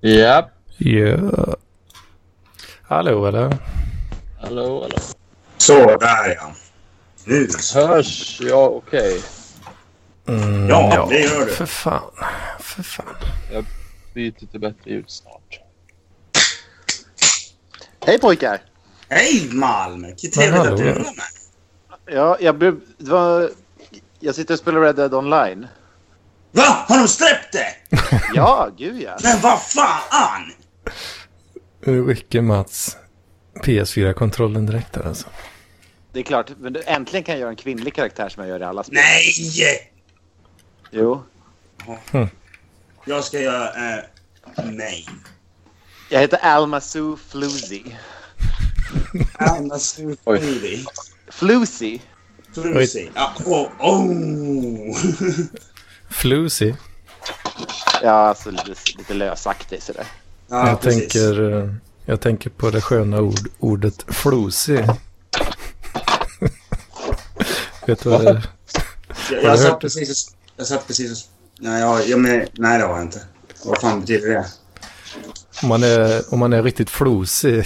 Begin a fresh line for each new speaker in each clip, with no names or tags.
Ja,
Ja. Hallå eller?
hallå, hallå.
Så, där ja. Nu så.
Hörs jag okej?
Mm,
Ja, det gör du.
För fan. För fan.
Byter till bättre ljud snart.
Hej pojkar!
Hej Malm! Vilket
Men
trevligt
hallå.
att du var med.
Ja, jag blev... Det var... Jag sitter och spelar Red Dead Online.
Va? Har de släppt det?
Ja, gud ja!
Men vad fan!
Nu rycker Mats PS4-kontrollen direkt där alltså.
Det är klart, men det- äntligen kan jag göra en kvinnlig karaktär som jag gör i alla spel.
Nej!
Jo.
Jag ska göra... Eh, nej.
Jag heter Alma Sue Floozy.
Anna Sufidi.
Floozy?
Flusi. Ja, oh, oh.
Flusy.
Ja, alltså lite, lite lösaktig sådär.
Ja,
jag,
precis.
tänker, eh, jag tänker på det sköna ord, ordet flusy. Vet du vad det är?
Jag, jag,
Har du hört
satt
det?
precis, och- jag satt precis och... Nej, jag, jag, men, nej, det har jag inte. Vad fan betyder det?
Om man är, om man är riktigt flusy,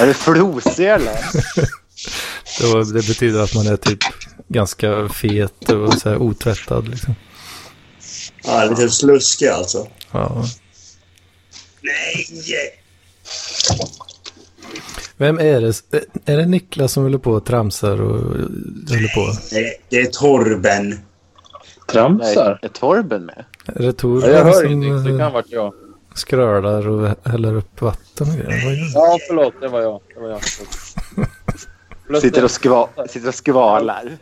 Är du flosig eller?
då, det betyder att man är typ ganska fet och så här otvättad liksom.
Ja, lite sluskig alltså.
Ja.
Nej!
Vem är det? eh, Är det Niklas som håller på och tramsar och eh, håller på?
Det, det är Torben.
Nej,
Tramsar?
är Torben med?
Är det
Ja, jag
Torben
hör inte.
som
Det kan
eh,
ha varit jag.
skrölar och häller upp vatten och grejer? Vad gör
Ja, förlåt. Det var jag. Det var jag. Förlåt,
Sitter och, skva, sitter och skvalar.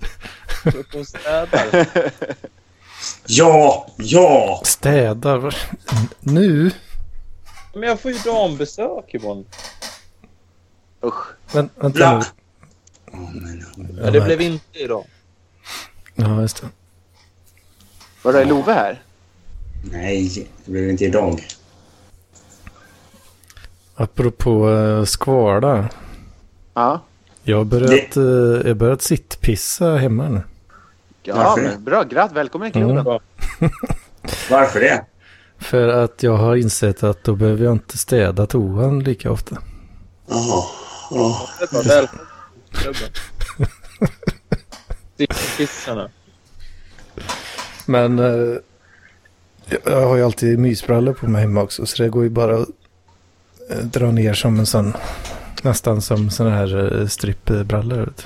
jag sitter och städar.
Ja, ja!
du? Städar? Vad- Nu?
Men jag får ju dambesök imorgon.
Usch.
Vän, vänta
Ja.
nu.
Oh, men,
Ja, det blev inte idag.
Ja, just det.
Vadå, är Love här?
nej, det blev inte idag.
Apropå eh, skvala.
Ja.
Jag har börjat, eh, jag har börjat sittpissa hemma nu.
Ja,
Varför?
men bra. Gratt, välkommen i klubben.
Mm.
Varför det?
För att jag har insett att då behöver jag inte städa toan lika ofta.
Jaha. ja.
Det var välkommen till klubben. Sitter kissarna.
Men eh, jag- jag har ju alltid mysbrallor på mig hemma också. Så det går ju bara att eh, dra ner som en sån, nästan som sån här eh, strippbrallor. Vet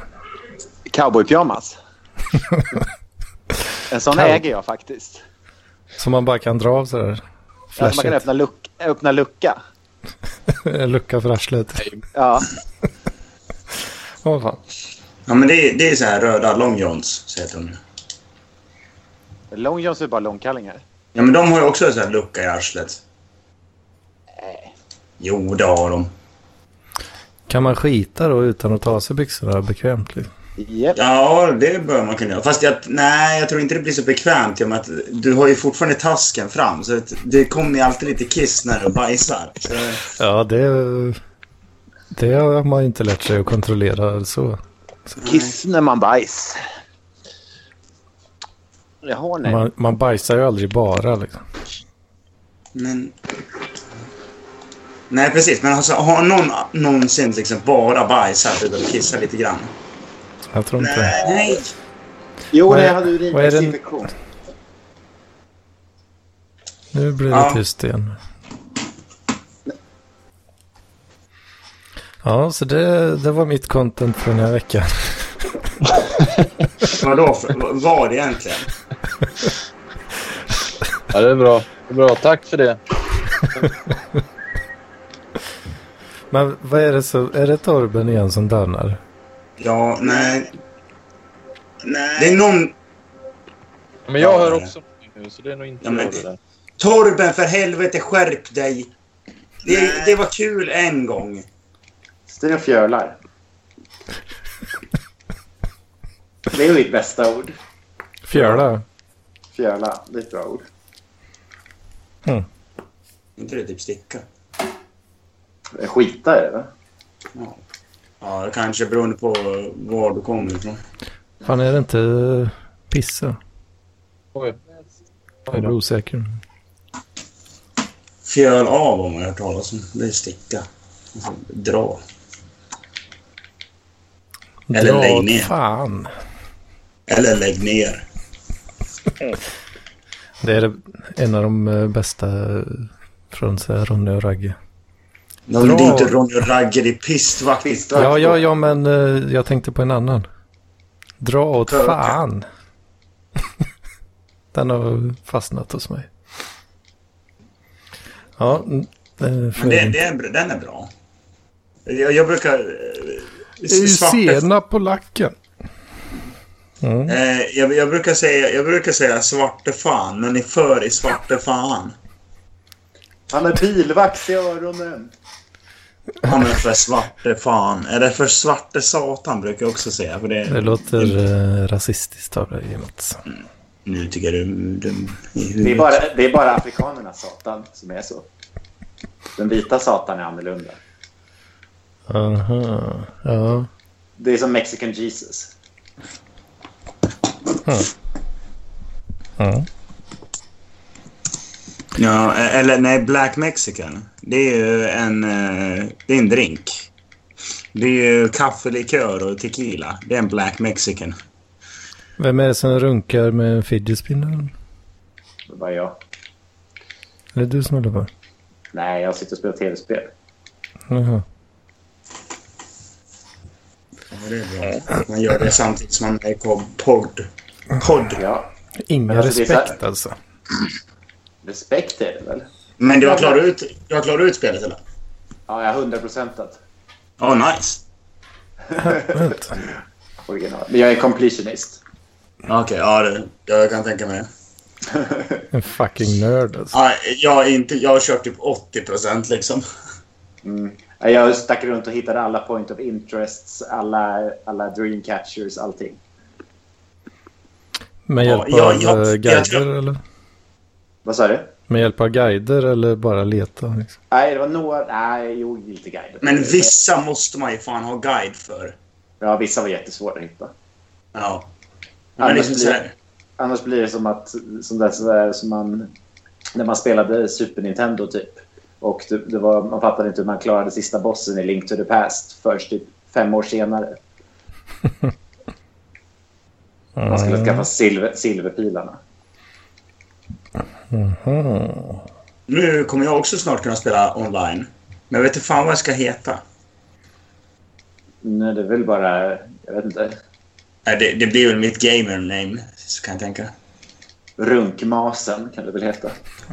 du.
Cowboypyjamas. en sån
Cow-
äger jag faktiskt.
Som man bara kan dra av så här.
Alltså man kan
Flashet.
öppna, luck öppna lucka.
En lucka för arslet.
Ja.
Åh fan.
ja, men det, är- det är så här röda long johns, så heter de ju.
Long Johns är bara långkallingar.
Ja, men de har ju också så här lucka i arslet.
Nej.
Jo, det har de.
Kan man skita då utan att ta av sig byxorna bekvämt? Liksom?
Yep.
Ja, det bör man kunna göra. Fast jag, nej, jag tror inte det blir så bekvämt i och med att du har ju fortfarande tasken fram. Så att det kommer ju alltid lite kiss när du bajsar. Så,
Ja, det, det har man ju inte lärt sig att kontrollera så.
Kiss när man bajs. Jaha, nej.
Man, man bajsar ju aldrig bara liksom.
men... Nej, precis. Men alltså, har någon någonsin liksom bara bajsat utan att kissa lite grann?
Jag tror inte det.
Nej!
Jo,
Vad är-
det hade
vad är den-
urinvägsinfektion.
Nu blir det
Ja.
tyst igen. Ja, så det, det var mitt content för den här veckan.
Vadå? för- Var det egentligen?
Ja, det är bra. Det är bra. Tack för det.
Men vad är det så, är det Torben igen som dannar?
Ja, nej. Nej. Det är någon...
Men jag
Ja,
hör
det är det.
också någonting nu, så det är nog inte
Ja,
jag
men-
det där.
Torben, för helvete, skärp dig! Det, det var kul en gång.
Stina fjölar. Det är mitt bästa ord.
Fjöla?
Fjöla, det är ett bra ord.
inte det typ sticka?
Skita är det, va?
Ja, ja det kanske beroende på var du kommer ifrån.
eh, Fan, är det inte pissa?
Oj.
Jag blir osäker.
Fjöl av om man har hört talas om. Det är sticka. Alltså, Dra. Eller
Dra
lägg
åt
ner.
fan.
Eller lägg ner.
Det är det- en av de eh, bästa eh, från så här, Ronny och Ragge.
No, men det är
Dra.
inte Ronny och Ragge, det är pistvakt. pistvakt.
Ja, ja, ja, men eh, jag tänkte på en annan. Dra åt
Törka.
fan. Den har fastnat hos mig. Ja, mm, eh, n- den är
Men det,
fin.
det är, den är bra. Jag, jag brukar... eh,
Det är ju
svarta-
senap på lacken. Mm.
Eh, jag, jag, brukar säga, jag brukar säga svarte fan, men ni för i svarte fan.
Han är bilvakt i öronen.
Han är för svarte fan. Eller för svarte satan brukar jag också säga. För det,
Det låter eh, rasistiskt av dig, Mats.
Mm, Nu tycker jag du är dum i huvudet.
Det är, bara, det är bara afrikanernas satan som är så. Den vita satan är annorlunda.
Aha, ja.
Det är som Mexican Jesus.
Hm. ja.
Ja, eh, eller nej, Black Mexican. Det är ju en, eh, det är en drink. Det är ju kaffelikör och tequila. Det är en Black Mexican.
Vem är det som runkar med en fidget spinner?
Det var jag.
Är det du som håller på?
Nej, jag sitter och spelar tv-spel.
Jaha.
Ja, det är bra. Man gör det samtidigt som man är på podd. Podd.
Ja,
Ingen
Men alltså, det är så här-
respekt alltså.
respekt är det väl?
Men du har klarat ut, du har klarat ut spelet eller?
Ja, jag har hundraprocentat
Ja, nice.
Vänta.
original. Men jag är completionist.
Okej, ja, det, jag kan tänka mig det.
En fucking nörd alltså.
Ja, jag, är inte, jag har kört typ 80 procent liksom.
Mm. Jag stack runt och hittade alla point of interests, alla, alla dreamcatchers, allting.
Med hjälp
Ja, jag-
av
jag-
eh,
jag
guider
tror-
eller?
Vad sa du?
Med hjälp av guider eller bara leta? Liksom.
Nej, det var några... Nej, jo, lite guider.
Men vissa måste man ju fan ha guide för.
Ja, vissa var jättesvåra att hitta.
Ja. Men
Annars
liksom så
blir,
här,
annars blir det som att som det som som man, när man spelade Super Nintendo typ. Och det, det var, man fattade inte hur man klarade sista bossen i Link to the Past först typ fem år senare. Man
Mm.
skulle skaffa silver, silverpilarna.
Mhm.
nu kommer jag också snart kunna spela online. Men jag vet inte fan vad jag ska heta.
Nej, det är väl bara... Jag vet inte.
Nej, Det, det blir väl mitt gamer name, så kan jag tänka.
Runkmasen kan det väl heta.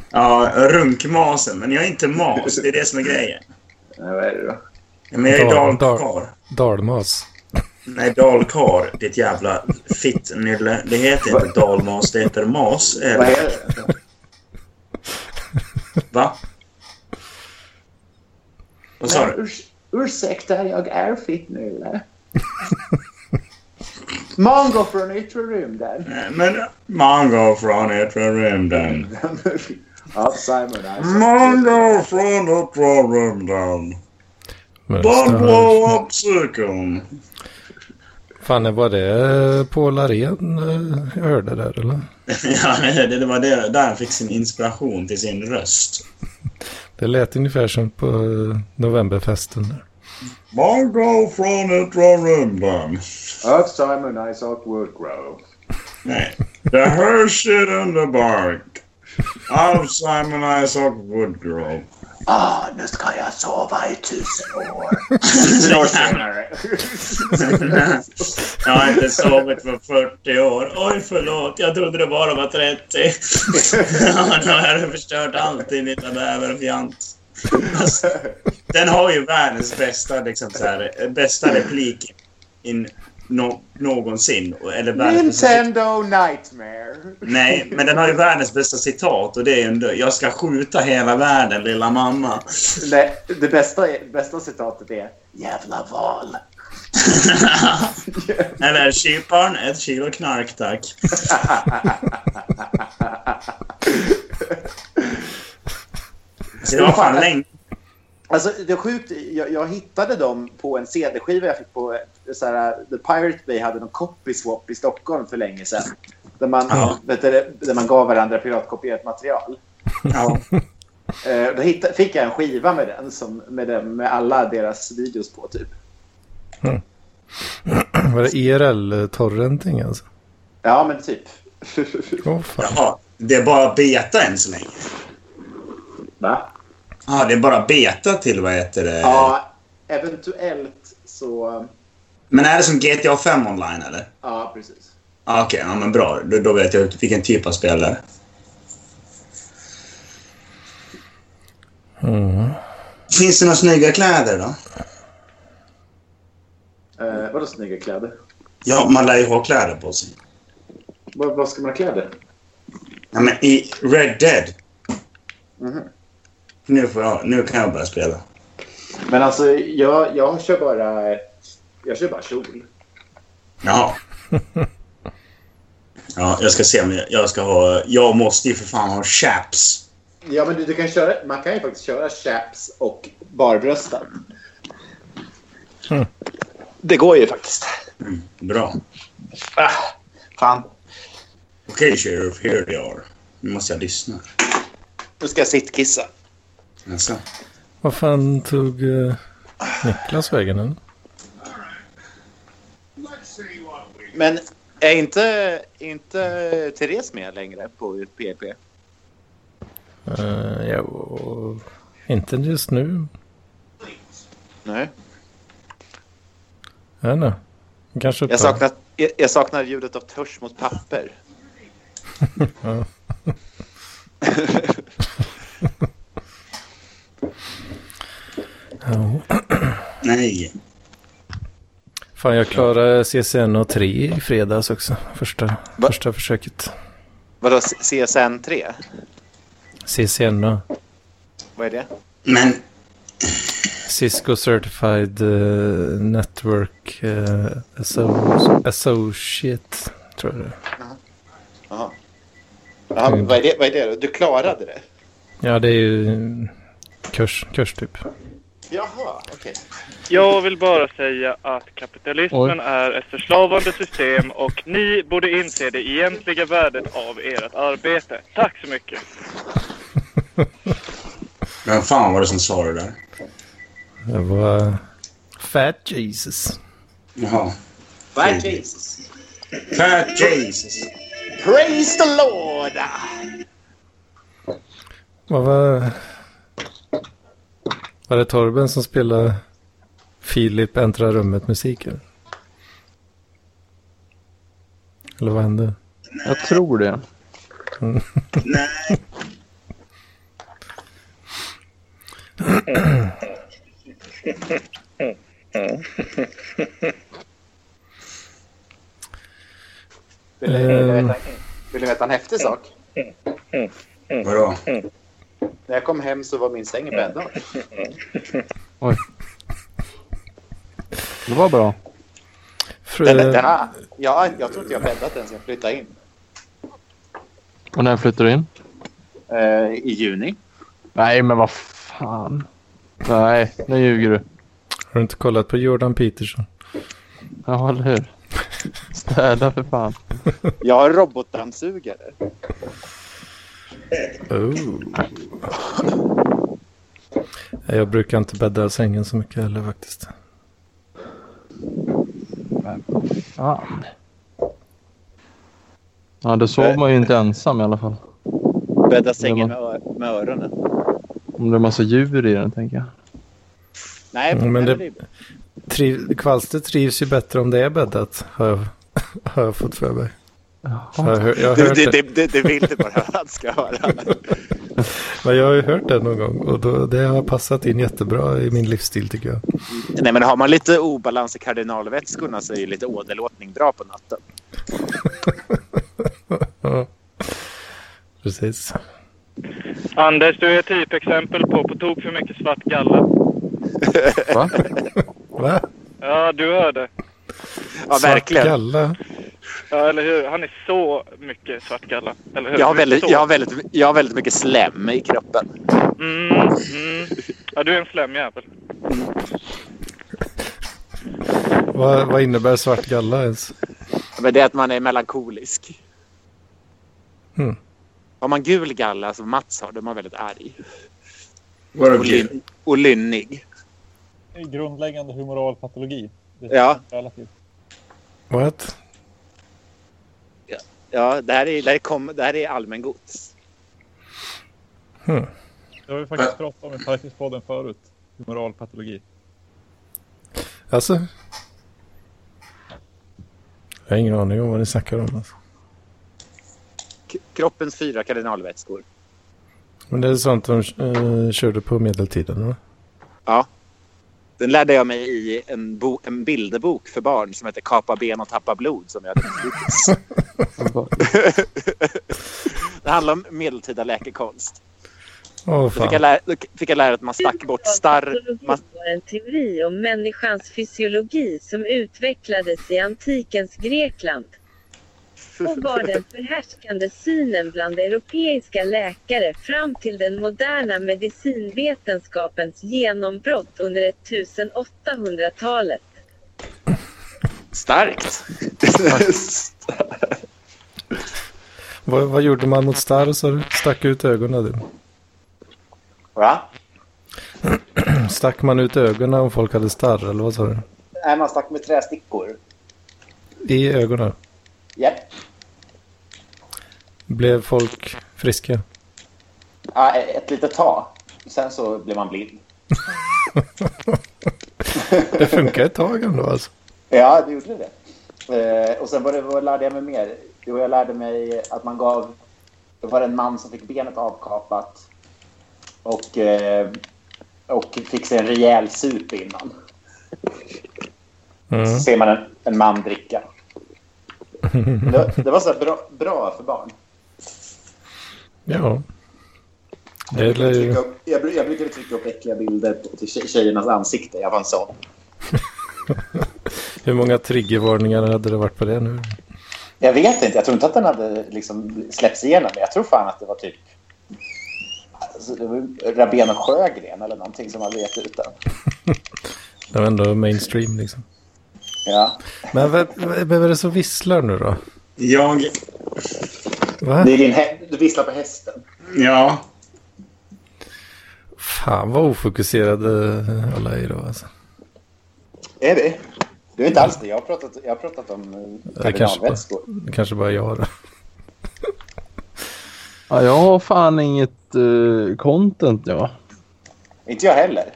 Ja, runkmasen. Men jag är inte mas, det är det som är grejen.
Nej, vad är det då?
Men jag är
Dal-
dalkar.
Dalmas.
Nej, dalkar, ditt jävla fittnylle. Det heter inte dalmas, det heter mas.
Vad
Eller,
är det?
va? Vad sa du?
Urs ursäkta, jag är fit nu eller? Mongo från yttre rymden.
Men mango från yttre rymden.
ja, Simon. Alltså.
Mango från yttre rymden.
Men
Don't
snarare-
blow up cykeln.
Fan, var det Paul Arén eh, jag hörde där eller?
Ja, det, det var det, där han fick sin inspiration till sin röst.
Det lät ungefär som på eh, novemberfesten. där.
Mango från yttre rymden.
Of Simon Isaac Woodrow.
Nej. The Hershey in the bark. Av Simon Isaac Woodgrove.
Ah, nu ska jag sova i tusen år. tusen år senare.
Jag har inte sovit för 40 år. Oj, förlåt. Jag trodde det bara var 30. Ja, nu har du förstört allt din lilla bäverfjant. Alltså, den har ju världens bästa, liksom, så här, eh, bästa replik in, no, någonsin. Och- Eller världens bästa-
Nintendo Nightmare.
Nej, men den har ju världens bästa citat och det är ju Jag ska skjuta hela världen, lilla mamma.
Nej, det bästa, är- bästa citatet är Jävla val.
Eller kyparen, ett kilo knark tack. Så det var fan länge.
Alltså, det är sjukt. Jag, jag hittade dem på en CD-skiva jag fick på... Så här, The Pirate Bay hade någon copy swap i Stockholm för länge sedan. Där man,
Ja.
vet du, det, där man gav varandra piratkopierat material.
Ja.
Eh, då hittade, fick jag en skiva med den, som, med, den med alla deras videos på typ.
Mm. Var det IRL-torrenting alltså?
Ja, men typ.
Åh fan.
Jaha, det är bara beta än så länge.
Va?
Ja, det är bara beta till vad heter
Eh.
det?
Ja, eventuellt så...
Men är det som GTA 5 online eller?
Ja, precis.
Ja, Okej, ja, men bra. Då, då vet jag vilken typ av spel det är.
Mm.
Finns det några snygga kläder då?
Eh, vadå snygga kläder?
Ja, man lär ju ha kläder på sig.
Vad, vad ska man ha kläder?
Ja, men i Red Dead.
Mhm.
Nu, får jag, nu kan jag börja spela.
Men alltså, jag, jag kör bara... Jag kör bara kjol.
Jaha. Ja, jag ska se om jag, jag ska ha... Jag måste ju för fan ha chaps.
Ja, men du, du kan köra, man kan ju faktiskt köra chaps och barbröstad.
Mm.
Det går ju faktiskt.
Mm, bra.
Ah, fan,
Okej, sheriff. Here they are. Nu måste jag lyssna.
nu ska jag sittkissa.
Alltså.
Vad fan tog eh, Niklas vägen? Eller?
Men är inte, inte Therese med längre på PP?
Eh, ja, och- inte just nu.
Nej.
Jag vet inte. Hon Kanske
Jag saknar, jag, jag saknar ljudet av törs mot papper.
Ja. Ja.
Nej.
Fan, jag klarade CCN och 3 i fredags också. Första,
Va?
första försöket.
Vadå, CSN 3?
CCN och
Vad är det?
Men
Cisco Certified eh, Network eh, Asso- Associate, tror jag det är.
Jaha. Jaha,
Mm.
vad, är det, vad är det då? Du klarade det?
Ja, det är ju en kurs, kurs typ.
Jaha, okej.
Jag vill bara säga att kapitalismen är ett förslavande system och ni borde inse det egentliga värdet av ert arbete. Tack så mycket.
vem fan var det som sa det där?
Det var Fat Jesus.
Jaha.
Right, Jesus.
Fat Jesus.
Praise the Lord!
Vad var... Var det Torben som spelade Filip äntrar rummet musiken? Eller vad hände? Mm.
Jag tror det.
Vill du, vill, du veta, vill du veta en häftig sak?
Vadå?
När jag kom hem så var min säng bäddad.
Det var bra.
Fru,
Den, den har, ja, jag tror inte jag bäddat den sen jag flyttade in.
Och när flyttar du in?
Eh, I juni?
Nej, men vad fan. Nej, nu ljuger du.
har du inte kollat på Jordan Peterson?
Ja, eller hur? Städa för fan.
Jag har robotdammsugare.
Oh. Jag brukar inte bädda sängen så mycket heller faktiskt.
Fan. Ja, då sov man ju inte ensam i alla fall.
Bädda
sängen
med, med öronen.
Om det är massa djur i den, tänker jag.
Nej,
Mm, men
nej,
det- Triv, kvalster trivs ju bättre om det är bäddat, har jag, har jag fått för mig. Jag har, hör- jag har
det,
hört
det,
det,
det, det, det vill du bara att han ska höra.
men jag har ju hört det någon gång och då, det har passat in jättebra i min livsstil tycker jag.
Nej, men har man lite obalans i kardinalvätskorna så är ju lite åderlåtning bra på natten.
Ja. Precis.
Anders, du är typexempel på på tok för mycket svart galla.
Va?
Va?
Ja, du hörde.
Ja, verkligen.
Svartgalla.
Ja, eller hur? Han är så mycket svart galla. Eller hur?
Jag har, väldigt,
Så.
jag, har väldigt, jag har väldigt mycket slem i kroppen.
Mm, mm. Ja, du är en slemjävel.
Vad, vad innebär svartgalla ens?
Men det är att man är melankolisk.
Mm.
Har man gul galla som Mats har, då är man väldigt arg.
Var
Och, lyn- och lynnig.
Det är Grundläggande humoral patologi. Det är
Ja.
Relativt.
What?
Ja, det här är, det här är, kom, det här är allmängods.
Det har vi faktiskt pratat om i Parkispodden förut. Humoral patologi.
Alltså? Jag har ingen aning om vad ni snackar om. Alltså.
K- kroppens fyra kardinalvätskor.
Men det är sånt de eh, körde på medeltiden va?
Den lärde jag mig i en, bo, en bilderbok för barn som heter Kapa ben och tappa blod som jag hade hittills. Det handlar om medeltida läkekonst.
Åh
Då fick
fan.
jag, lära, då fick jag lära att man stack bort starr...
Psykologi
Man,
Alltså, var en teori om människans fysiologi som utvecklades i antikens Grekland och var den förhärskande synen bland europeiska läkare fram till den moderna medicinvetenskapens genombrott under 1800-talet.
starkt!
Vad, vad gjorde man mot starr så du stack ut ögonen? Du?
Va?
Stack man ut ögonen om folk hade starr eller vad sa du?
Nej, man stack med trästickor.
I ögonen.
Japp.
Blev folk friska?
Ja, ett litet tag. Sen så blev man blind.
Det funkar ett tag ändå alltså.
Ja, det gjorde det. Eh, och sen var det, vad lärde jag mig mer? Jo, jag lärde mig att man gav... Det var en man som fick benet avkapat och, eh, och fick sig en rejäl sup innan.
Mm.
Så ser man en, en man dricka. Det, det var så här bra, bra för barn.
Ja. Det
Jag,
lär ju...
trycka upp, jag, bru- jag brukade trycka upp äckliga bilder på, till tje- tjejernas ansikte. Jag var en sån.
Hur många triggervarningar hade det varit på det nu?
Jag vet inte. Jag tror inte att den hade liksom släppts igenom. Men jag tror fan att det var typ... Alltså, det var Rabén och Sjögren eller någonting som hade gett ut den.
Det var ändå mainstream liksom.
Ja.
Men vem, vem är det som visslar nu då?
Jag...
Va?
Det är din hä- du visslar på hästen.
Ja.
Fan vad ofokuserade alla är idag alltså.
Är vi? Du är inte alls det. Jag har pratat, jag har pratat om eh,
kanske
kardinalvätskor.
Det kanske bara jag då.
Ja, jag har fan inget eh, content jag.
Inte jag heller.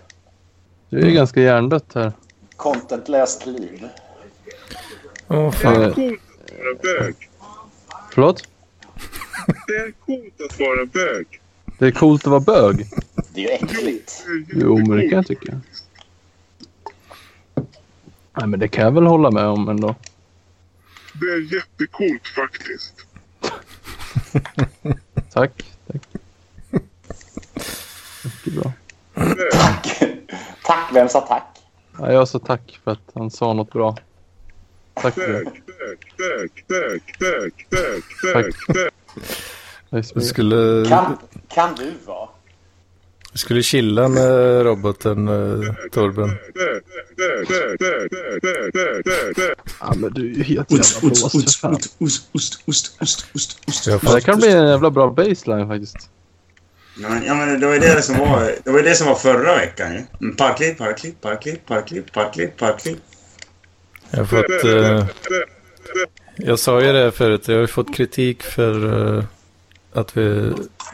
Det är ju ganska hjärndött här.
Contentlöst liv.
Åh fan.
Eh,
vara bög.
förlåt?
Det är coolt att vara bög.
Det är coolt att vara bög.
Det är ju äckligt.
Jo, men det kan jag tycka. Nej, men det kan jag väl hålla med om ändå.
Det är jättecoolt faktiskt.
Tack. Tack. Mycket bra.
Tack, vem sa tack?
Ja, jag sa tack för att han sa något bra. Tack för det.
Bög, bög, bög, bög, bög, bög, bög,
Tack.
bög.
Det är så
Vi
mycket.
skulle,
Kan, kan du vara?
vi skulle chilla med roboten eh, Torben.
Bög, bög, bög, bög, bög, bög, bög, bög, bög.
Ja, men du är ju helt
Ost,
jävla
ost,
blåst för
ost,
fan.
ost, ost, ost, ost, ost, ost, ost.
Vi har
Ja, Det
fått,
kan bli en jävla bra baseline faktiskt.
Nej, Ja, men det var ju det som var, det var, ju det som var förra veckan ju. Mm, Parklipp, parklipp, parklipp, parklipp, parklipp, parklipp.
jag, har fått, eh, jag sa ju det förut, jag har ju fått kritik för eh, att vi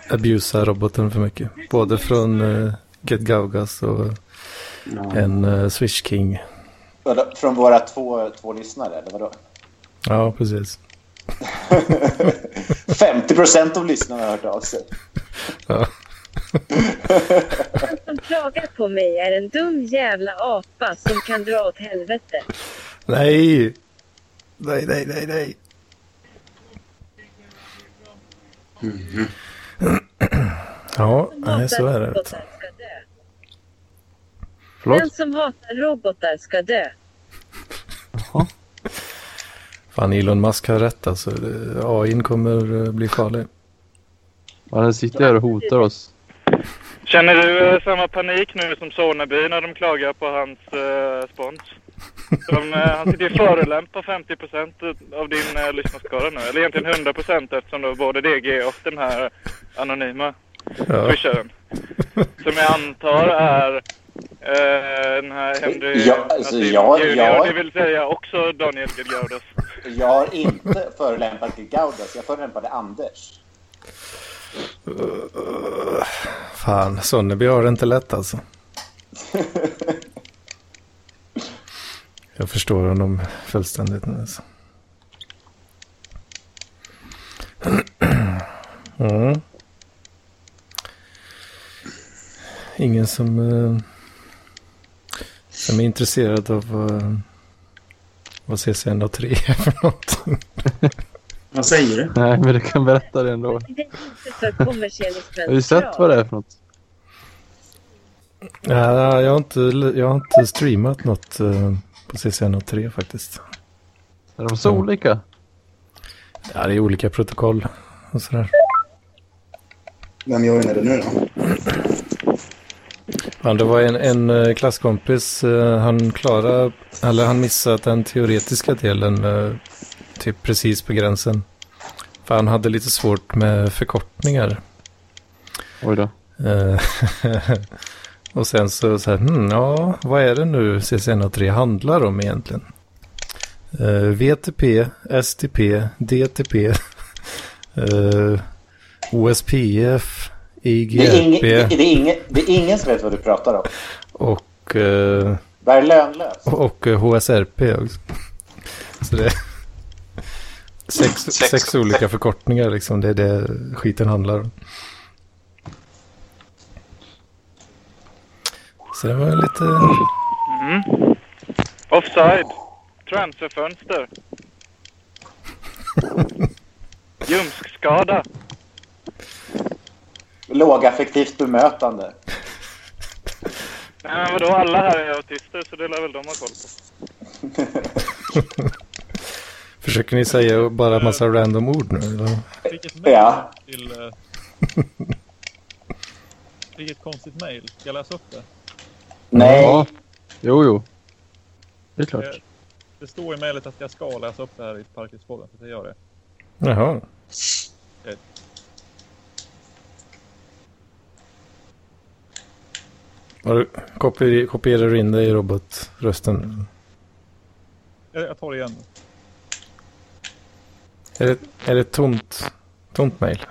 abusar roboten för mycket. Både från uh, Get Gaugas och en uh, Swish King.
Vadå, Från våra två, två lyssnare, eller vadå?
Ja, precis.
50 procent av lyssnarna har hört av sig.
Den som klagar på mig är en dum jävla apa som kan dra åt helvete.
Nej! Nej, nej, nej, nej. Ja,
Som
nej, så är det.
robotar ska dö.
Förlåt?
Den som hatar robotar ska dö.
Fan, Elon Musk har rätt alltså. Det- AIn kommer eh, bli farlig.
Ja, den sitter här och hotar oss.
Känner du eh, samma panik nu som Sonneby när de klagar på hans eh, spons? De, eh, han sitter ju och förolämpar 50% av din eh, lyssnarskara nu. Eller egentligen 100% eftersom det var både DG och den här anonyma
Ja.
swisharen. Som jag antar är eh, den här Henry
Ja, alltså,
Nassim
jag-
Junior,
jag-
det vill säga också Daniel Gilgardos.
Jag har inte förolämpat till Gaudas, jag förolämpade Anders.
Fan, Sonneby har det inte lätt alltså. Jag förstår honom fullständigt nu. Alltså. Mm. Ingen som, eh, som är intresserad av eh, vad CCN3 är för någonting.
Vad säger du?
Nej, men du kan berätta det ändå.
Det är inte för kommersialismens
Har du sett vad det är för något?
Ja, jag, har inte, jag har inte streamat något eh, på CCN3 faktiskt.
Är de så olika?
Ja, det är olika protokoll och sådär.
Vem joinade det nu då?
Ja, det var en, en eh, klasskompis, eh, han klarade, eller han missade den teoretiska delen eh, typ precis på gränsen. För han hade lite svårt med förkortningar.
Oj då.
Eh, och sen så, så här, hmm, ja, vad är det nu CCNA3 handlar om egentligen? Eh, VTP, STP, DTP, eh, OSPF,
Det är, ingen, det,
IGLP
är ingen, det är ingen som vet vad du pratar om.
och eh,
Det här är lönlöst.
Och eh, HSRP också. Så det är sex, sex, olika förkortningar liksom. Det är det skiten handlar om. Så det var lite...
Mm. Offside. Transferfönster. Ljumskskada.
Lågaffektivt bemötande.
Nej men vadå, alla här är autister så det lär väl de ha koll på.
Försöker ni säga bara en massa random ord nu? Eller?
Fick ett mail
Ja.
till... eh, Fick ett konstigt mail. Ska jag läsa upp det?
Nej.
Ja. Jo, jo. Det är klart.
Eh, Det står i mejlet att jag ska läsa upp det här i Parkispodden, så jag gör det.
Jaha. Har du, kopier, kopierar du in dig i robotrösten?
Jag jag tar det igen.
Är det, är det ett tomt, tomt mail?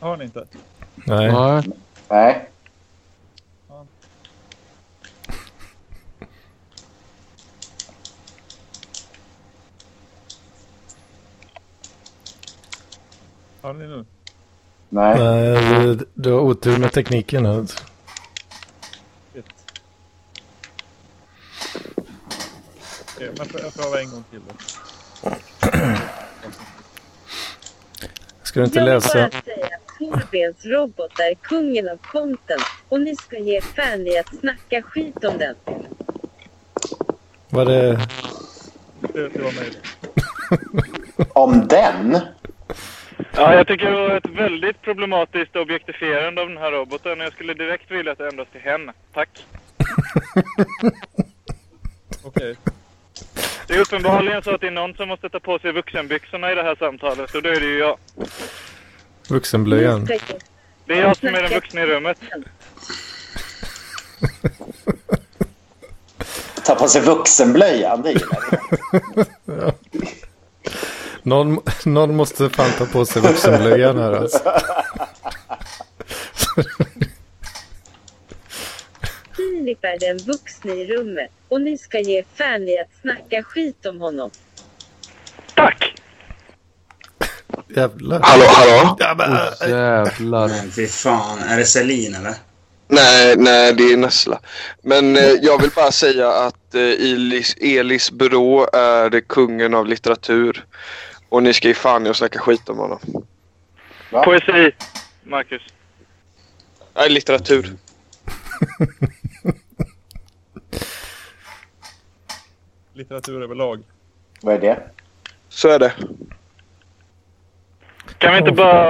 Hör ni inte?
Nej.
Ja.
Nej.
Hör ni nu?
Nej.
Nej, du, du har otur med tekniken. Alltså.
Shit. Okej, men jag får- jag prövar en gång till. då.
Ska du inte
jag vill
läsa?
Alltså.
bara säga att Torbens robot är kungen av content och ni ska ge er fan i att snacka skit om den.
Var det...
Det, det var mejlet.
Om den?
Ja, jag tycker det var ett väldigt problematiskt objektifierande av den här roboten. Jag skulle direkt vilja att det ändras till hen. Tack.
Okej.
Det är uppenbarligen så att det är någon som måste ta på sig vuxenbyxorna i det här samtalet och då är det ju jag.
Vuxenblöjan?
Ni ska ge-
Det är jag som är den vuxna i rummet.
Ta på sig vuxenblöjan, det gillar vi.
Någon, någon måste fan ta på sig vuxenblöjan här alltså.
Filip är den vuxna i rummet och ni ska ge er fan i att snacka skit om honom.
Tack!
Jävlar. eh,
Hallå, hallå?
Oh, jävlar.
Men fy fan, är det Selin eller?
Nej, nej, det är Nessla. Men eh, jag vill bara säga att eh, Elis, Elis Byrå är kungen av litteratur. Och ni ska ju fan i att snacka skit om honom.
Poesi, Marcus.
Nej, litteratur.
Litteratur överlag.
Vad är det?
Så är det.
Kan vi inte bara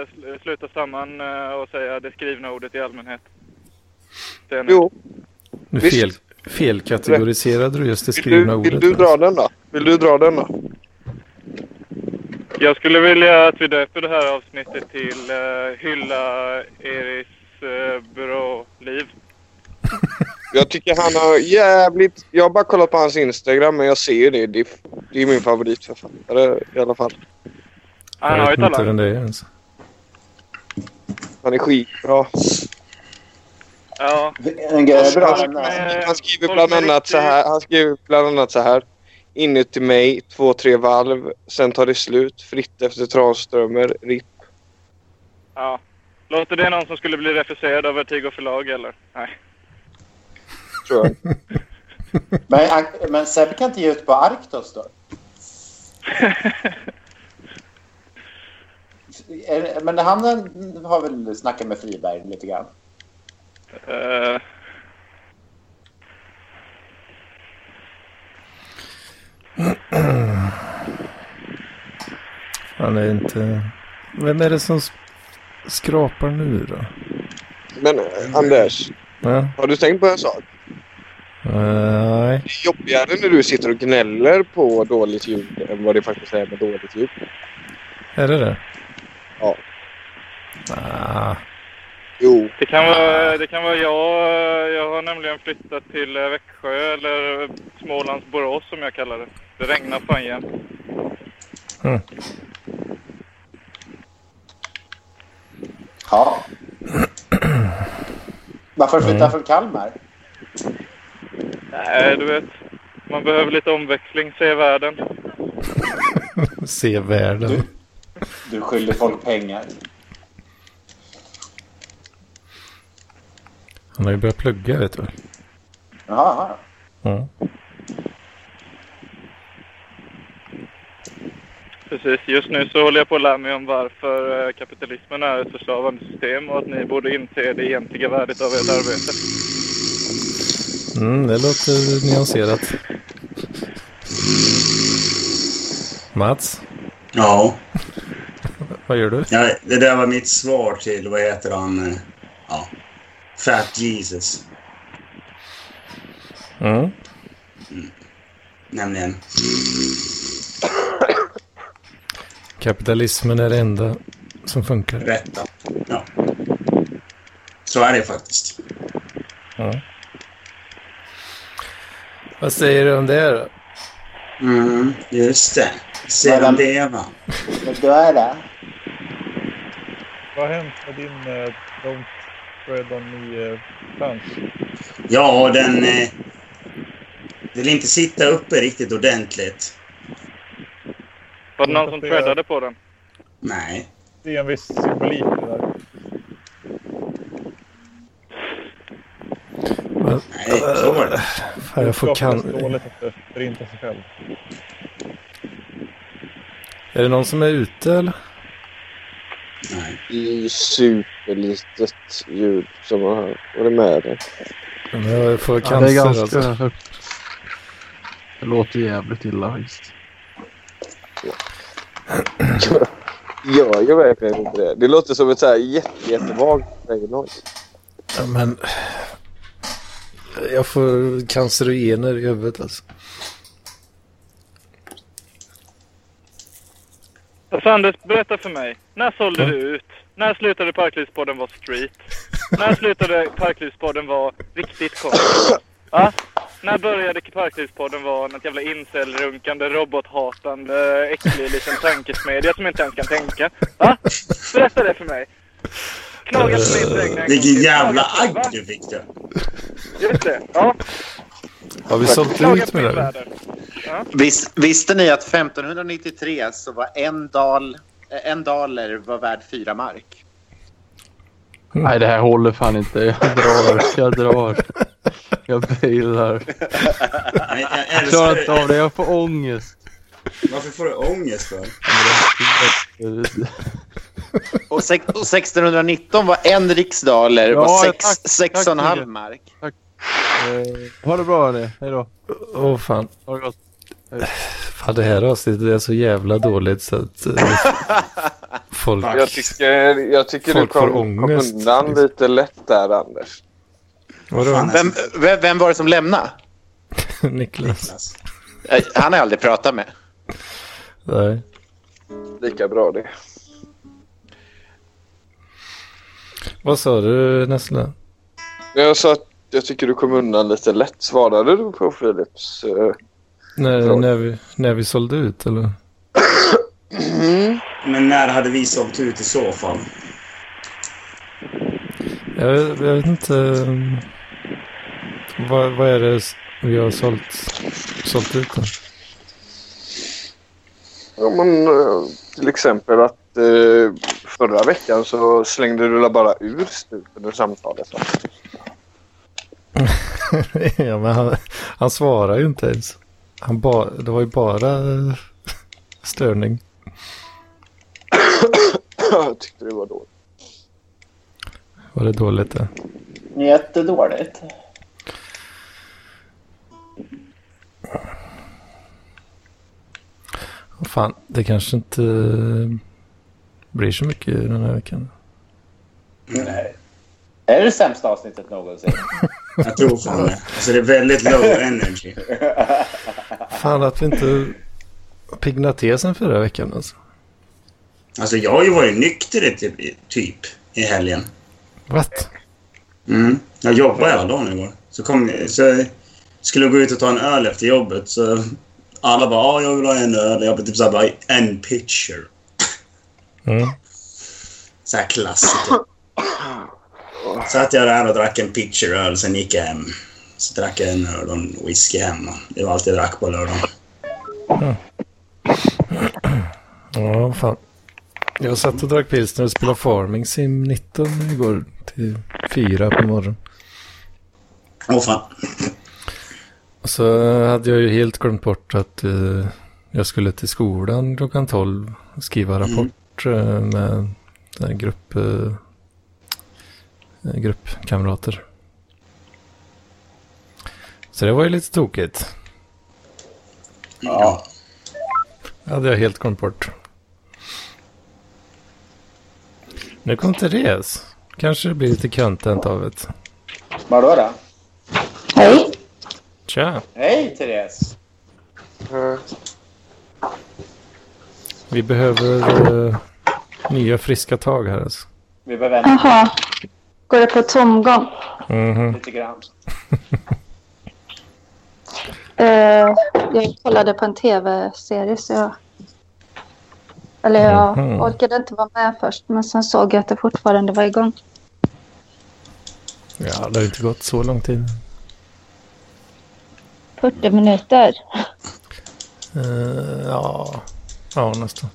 eh, sl- sluta samman eh, och säga det skrivna ordet i allmänhet? Det är nu.
Jo.
Nu
Visst.
fel, felkategoriserade du just det
Vill
skrivna
du, vill
ordet. alltså.
du dra den då? Vill du dra den då?
Jag skulle vilja att vi döper det här avsnittet till eh, Hylla Eris uh, bra liv.
Jag tycker han har jävligt... Jag har bara kollat på hans Instagram men jag ser ju det. Det är, det är min favoritförfattare i alla fall.
Han
Jag
har
vet
ju
inte vem
talang.
det är alltså. ens.
Han är skitbra.
Ja,
En grej
Bra.
bra.
Alltså, Han skriver
folk
bland
med
annat
riktigt-
så här. Han skriver bland annat så här. Inuti mig, två, tre valv. Sen tar det slut. Fritt efter Tranströmer. RIP.
ja. Låter det någon som skulle bli refuserad av Vertigo förlag eller? Nej.
Tror jag.
Men, Ak- men Seb kan inte ge ut på Arktos då? Är- Eh, Men han eh, har väl snackat med Friberg lite grann?
Eh,
Han är inte... Vem är det som s- skrapar nu då?
Men eh, Anders,
Ja.
har du tänkt på en sak?
Nej.
Det är jobbigare när du sitter och gnäller på dåligt ljud än vad det faktiskt är med dåligt ljud.
Är det det?
Ja.
Ah,
Jo.
det, kan vara, det kan vara jag. eh, Jag har nämligen flyttat till eh, Växjö eller Smålands Borås som jag kallar det. Det regnar fan jämt.
Ja. Varför flytta
Mm.
från Kalmar?
Nej, du vet. Man behöver lite omväxling, se världen.
se världen.
Du skyller folk pengar.
Han har ju börjat plugga vet du.
Jaha, jaha.
Ja.
Precis, just nu så håller jag på att lära mig om varför eh, kapitalismen är ett förslavande system och att ni borde inse det egentliga värdet av ert arbete.
Mm, det låter nyanserat. Mats,
Ja,
vad gör du?
ja, det där var mitt svar till, vad heter han, eh, ja, Fat Jesus,
Mm.
nämligen.
Kapitalismen är det enda som funkar.
Rätta. Ja. Så är det faktiskt.
Vad säger du om det här då?
Mm, just det. Sedan leva.
Men då är det.
Vad har hänt med din eh, Don't Tread On Me-plansch?
Ja, den eh, vill inte sitta uppe riktigt ordentligt.
Var det någon som treadade på den?
Nej.
Det är en viss symbolik i det där.
Nej, så var det.
Fan, Äh, jag får
Budskapet
kan...
är så dåligt att det förintar sig själv.
Är det någon som är ute eller?
Nej.
I superlitet ljud som man hör. Vad är det med det?
Men Jag får
Ja, det
cancer
är ganska
alltså.
högt. Det låter jävligt illa faktiskt.
Gör ju verkligen inte det. Det låter som ett så här jätte, jättevagt regnojs.
Ja, Men... Jag får cancerogener i huvudet alltså.
Alltså Anders, berätta för mig. När sålde du ut? När slutade Parklivspodden vara street? När slutade Parklivspodden vara riktigt kort? Ja? När började Parklivspodden vara något jävla incelrunkande, robothatande, äcklig liten tankesmedja som inte ens kan tänka? Va? Berätta det för mig. Klaga på min dräng när jag kom
Vilken
till-
jävla
Klaga på-
agg
va?
du fick du.
Just det. Ja,
Har vi sålt
klaga
ut
på
med
min
det?
väder.
Vis, visste ni att 1593 så var en, dal, eh, en daler var värd fyra mark?
Mm.
Nej, det här håller fan inte. Jag drar. Jag drar. Jag bailar.
Nej, jag
Jag klarar
älskar
inte av det. Jag får ångest.
Varför får du ångest för?
Och, sex, och 1619 var en riksdaler
Ja,
var sex,
tack, tack,
sex och en halv
Jocke.
mark.
Eh, ha det bra hörni. Hej då.
Åh fan.
Ha det gott.
Fan, det här avsnittet är så jävla dåligt så att... eh, folk...
Jag tycker, jag tycker du
Folk får
kom, kom
ångest,
undan
liksom.
lite lätt där Anders.
Vadå?
Vem, vem, vem var det som lämnade?
Niklas?
Eh, Han har jag aldrig pratat med.
Nej.
Lika bra det.
Vad sa du Nessla?
Men jag sa att jag tycker du kom undan lite lätt. Svarade du på Philips? eh,
När,
Fråga.
när, vi, när vi sålde ut eller?
Men när hade vi sålt ut i så fall?
Jag, vet- jag vet inte. um, Vad, vad är det s- vi har sålt, sålt ut då?
Ja, men, eh, till exempel att eh, förra veckan så slängde du la bara ur stupen ur samtalet. va?
ja, men han, han svarar ju inte ens. Han ba, det var ju bara eh, störning.
Jag tyckte det var dåligt.
Var det dåligt det?
Jättedåligt.
Åh, Fan, det kanske inte eh, blir så mycket den här veckan.
Nej. Är det det sämsta avsnittet någonsin?
Jag tror fan det. Alltså det är väldigt low energy.
Fan att vi inte piggnade till sen förra veckan alltså.
Alltså jag har ju varit nykter i typ, typ i helgen.
What?
Mm. Jag jobbade hela dagen igår. Så, kom, så jag skulle gå ut och ta en öl efter jobbet. Så alla bara ah, jag vill ha en öl. Jag bara typ såhär bara en pitcher.
Mm.
Så här klassiker. Satt jag där och drack en pitcher öl. Sen gick jag hem. Så drack jag en öl och en whisky hemma. Det var allt jag drack på lördagen.
Ja, fan. Jag satt och drack pilsner och spelade Farming Sim 19 igår till fyra på morgonen.
Åh fan.
Och så hade jag ju helt glömt bort att eh, jag skulle till skolan klockan 12 och skriva rapport eh, med den här grupp, eh, gruppkamrater. Så det var ju lite tokigt.
Ja.
Det hade jag helt glömt bort. Nu kom Therese. Kanske det blir lite content av det.
Vadå då?
Hej!
Tja!
Hej Therese!
Eh,
Vi behöver eh, nya friska tag här alltså.
Vi behöver vänta
Jaha. Går det på tomgång? Mm-hmm.
Mhm.
lite grann.
Eh, jag kollade på en tv-serie så jag... Eller jag
Mhm.
orkade inte vara med först men sen såg jag att det fortfarande var igång.
Ja, det har inte gått så lång tid.
40 minuter.
Eh, ja. ja, nästan.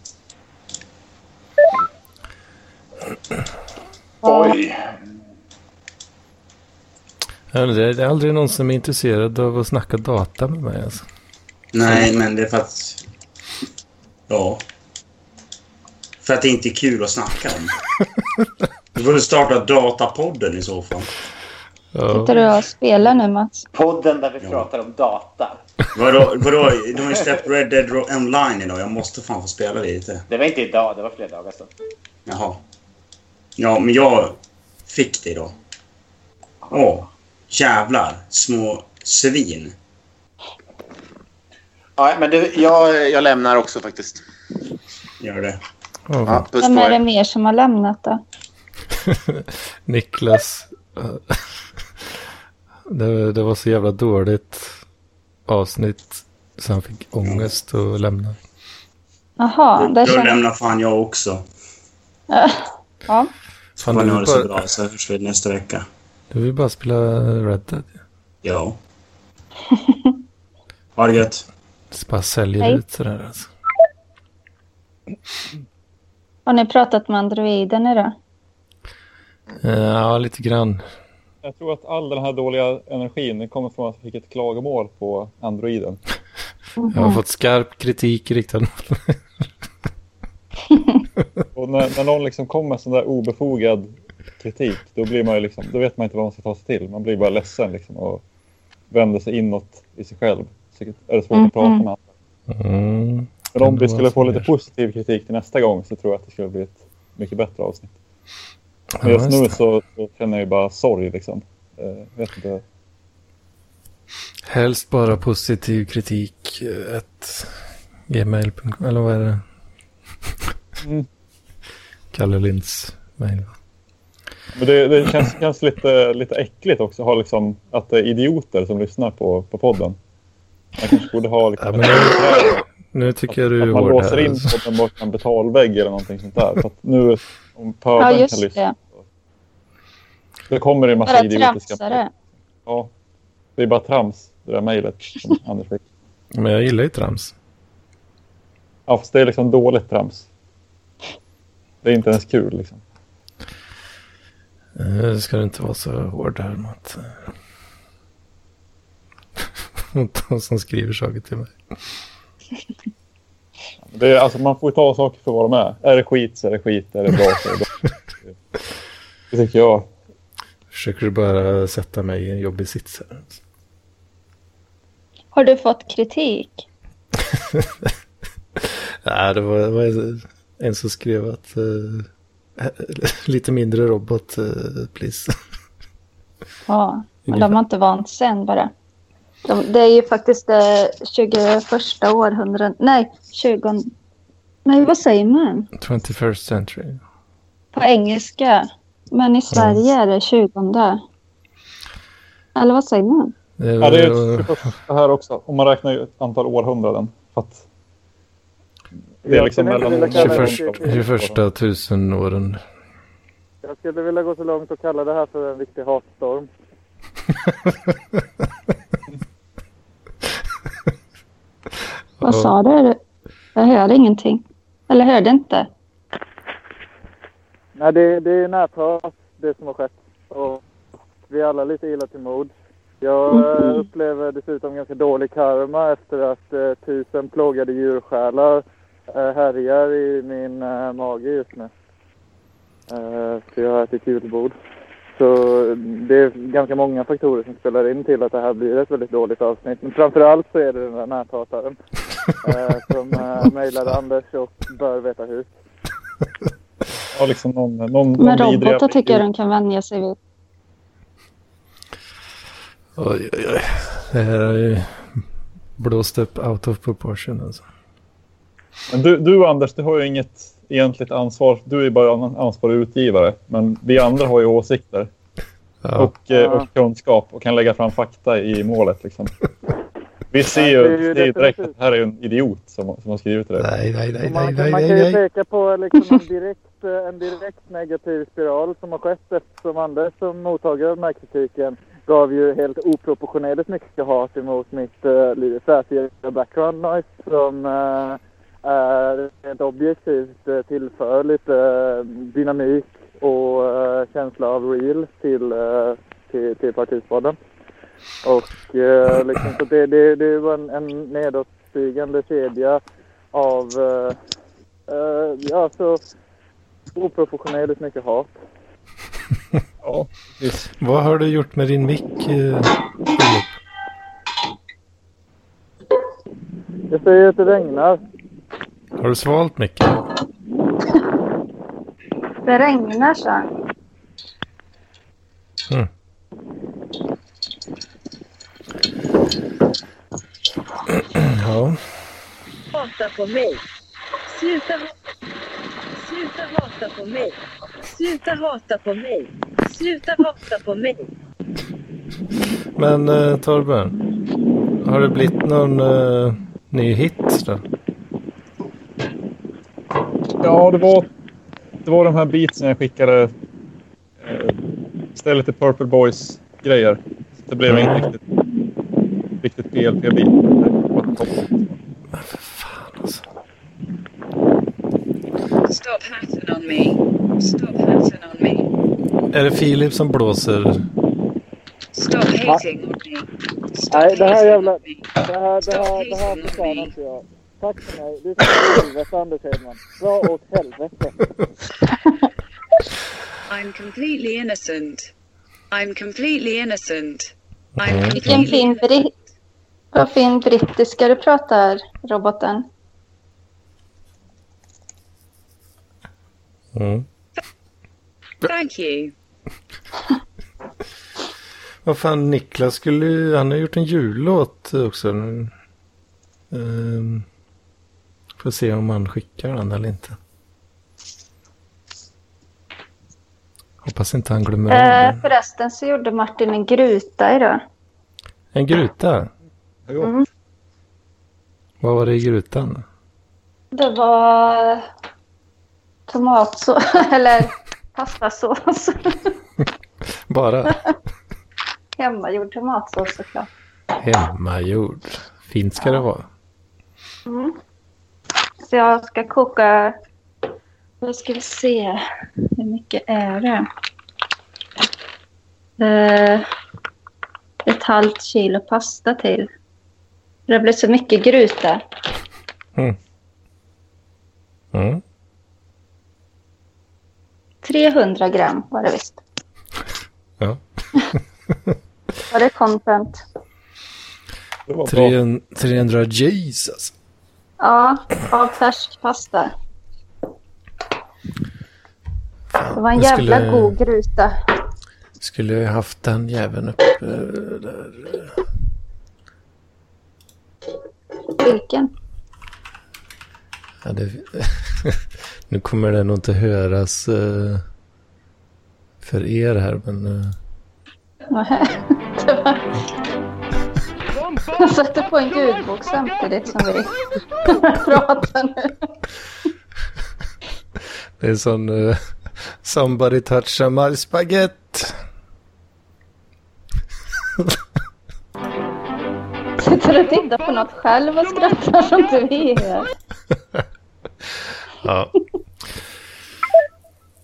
Oj!
Ja, Det det är aldrig någon som är intresserad av att snacka data med mig. Alltså.
Nej, men det är för att... Ja. För att det inte är kul att snacka om. Du får väl starta Datapodden i så fall.
Ja.
Sitter du och spelar nu Mats?
Podden där vi pratar om data.
Vadå? vadå? De har ju släppt Red Dead Ro- Online idag. Jag måste fan få spela lite.
Det var inte idag, det var flera dagar sedan.
Jaha. Ja, men jag fick det idag. Åh, jävlar. Små svin.
Ja, men du, jag, jag lämnar också faktiskt.
Gör det.
Ja.
Ja, puss
Vem
på
är det
er.
mer som har lämnat då?
Niklas. eh, det, det var så jävla dåligt avsnitt så han fick ångest och lämnade.
Jaha, där
Då
känner
lämnar fan jag också.
jag.
Fan,
Fan,
du,
nu har
vill
det så
bara,
bra så jag försvinner nästa vecka.
du vill bara spela Red Dead.
Ja. Ha det gött.
Så bara säljer
Nej.
ut sådär alltså.
Har ni pratat med androiden idag?
Eh, ja, lite grann.
Jag tror att all den här dåliga energin den kommer från att jag fick ett klagomål på androiden.
Jag
Mm.
har fått skarp kritik riktad mot mig.
Och när, när någon liksom kommer med sån där obefogad kritik, då, blir man ju liksom, då vet man inte vad man ska ta sig till. Man blir bara ledsen liksom, och vänder sig inåt i sig själv. Så är det svårt att prata med andra.
Mm.
Men om vi skulle få lite positiv kritik till nästa gång så tror jag att det skulle bli ett mycket bättre avsnitt. Men
Ja,
just
just
nu
det.
så, så känner jag ju bara sorg liksom. Eh, vet inte.
Helst bara positiv kritik. eh, Ett gmail.com, eller vad är det?
Mm.
Kalle Linds mail.
Men det, det känns, känns lite, lite äckligt också att ha liksom, att det är idioter som lyssnar på, på podden. Man kanske borde ha liksom,
men Nu tycker jag du är
att man
hård
låser
här. alltså.
in podden bakom en betalvägg eller någonting sånt där. Så att nu
Ja,
om pöbeln kan
just
lyssna,
det.
då kommer det en massa
Bara
idiotiska...
tramsare.
Ja, det är bara trams, det där mejlet som Anders fick.
Men jag gillar ju trams.
Ja, fast det är liksom dåligt trams. Det är inte ens kul liksom.
Eh, Nu ska du inte vara så hård här mot, eh, mot de som skriver saker till mig.
Det är, alltså, man får ju ta saker för vad de är. Är det skit så är det skit, är det bra så är det bra. Det tycker jag.
Försöker du bara sätta mig i en jobbig sits här?
Har du fått kritik?
Nej, det var, det var en som skrev att eh, lite mindre robot, eh, please.
Ja, men de har inte vant sig än bara. De, det är ju faktiskt det 21 århundradet. Nej, 20... Nej, vad säger man?
21st century.
På engelska. Men i Sverige är det 20. Eller vad säger man?
Det är,
Ja, det är ju det här också. Om man räknar ju ett antal århundraden. För att det är
Jag
liksom
skulle inte
mellan...
vilja kalla det-
21 tusenåren.
Jag skulle vilja gå så långt och kalla det här för en riktig hatstorm.
Vad sa du? Jag hörde ingenting. Eller hörde inte.
Nej, det, det är närprat det som har skett. Och vi är alla lite illa till mod. Jag eh,
Mm.
Mhm.
upplever dessutom ganska dålig karma efter att eh, tusen plågade djursjälar eh, härjar i min eh, mage just nu. Eh, för jag har ätit julbord. Så det är ganska många faktorer som spelar in till att det här blir ett väldigt dåligt avsnitt. Men framförallt så är det den där närprataren eh, som eh, mejlade Anders och bör veta hur.
Ja, liksom någon, någon, någon
Men
vidrig-
robotar tycker jag de kan vänja sig vid.
Oj, oj, oj. Det här är ju blåst upp out of proportion alltså.
Men du, du Anders, du har ju inget egentligt ansvar. Du är bara en ansvarig utgivare. Men vi andra har ju åsikter. Och, eh, och kunskap och kan lägga fram fakta i målet. Liksom. Vi ser
Ja, det är ju
ju, ser ju direkt
definitivt.
att det här är en idiot som, som har skrivit det.
Nej, nej, nej,
Man kan, man kan ju peka på liksom en, direkt, eh, en direkt negativ spiral som har skett eftersom Anders som mottagare av den här kritiken gav ju helt oproportionerligt mycket hat emot mitt eh, lite fräsiga background noise som eh, är rent objektivt eh, tillför lite eh, dynamik och eh, känsla av real till, eh, till, till partispodden. Och eh, liksom, så det, det, det är ju en, en nedåtstigande kedja av eh, eh, ja, så oproportionerligt mycket hat.
Ja,
Vad har du gjort med din mick? eh,
Jag säger att det regnar.
Har du svalt mick?
Det regnar så. han.
Ja.
Hata på mig. Sluta, ha- sluta hata på mig. Sluta hata på mig. Sluta hata på mig.
Men eh, Torben, har det blivit någon eh, ny hit då?
Ja, det var, det var de här beatsen jag skickade. Eh, istället till Purple Boys-grejer. Så Det blev inte riktigt, riktigt PLP-beat.
Stop hating on me. Stop hating on me.
Är det Filip som blåser?
Stop hating on me.
Nej, det här jävla... Det här, det här, det här förtjänar inte jag. Tack för mig. Du är så helvete Anders Hedman. Dra åt helvete.
I'm completely innocent. I'm completely innocent.
Mm.
I'm
Vilken
completely
fin, bri- vad fin brittiska du pratar, roboten.
Mm.
Thank you.
Vad fan, Niklas skulle ju- han har gjort en jullåt också. Um, får se om han skickar den eller inte. Hoppas inte han glömmer av den.
Eh, förresten så gjorde Martin en gruta idag.
En gruta.
Mm.
Vad var det i grutan?
Det var tomatsås, eller pastasås.
Bara
Hemmagjord tomatsås såklart.
hemmagjord. Fint ska det vara.
Mm. Så jag ska koka, vad ska vi se, hur mycket är det? Eh, ett halvt kilo pasta till. Det blir så mycket gryta.
Mm.
300 gram var det visst.
Ja.
Var det content?
Det var bra.
300, 300 Jesus.
Ja, av färsk pasta. Det var en
Jag
jävla
skulle-
god gryta.
Skulle jag haft den jäveln uppe där.
Vilken?
Ja, det... nu kommer det nog inte höras eh, för er här, men... eh,
Nähä, det var... Jag satte på en ljudbok samtidigt som vi pratade nu.
Det är sån uh, Somebody touch my spaghetti.
Sitter du och tittar på något själv och skrattar som inte vi gör?
Ja.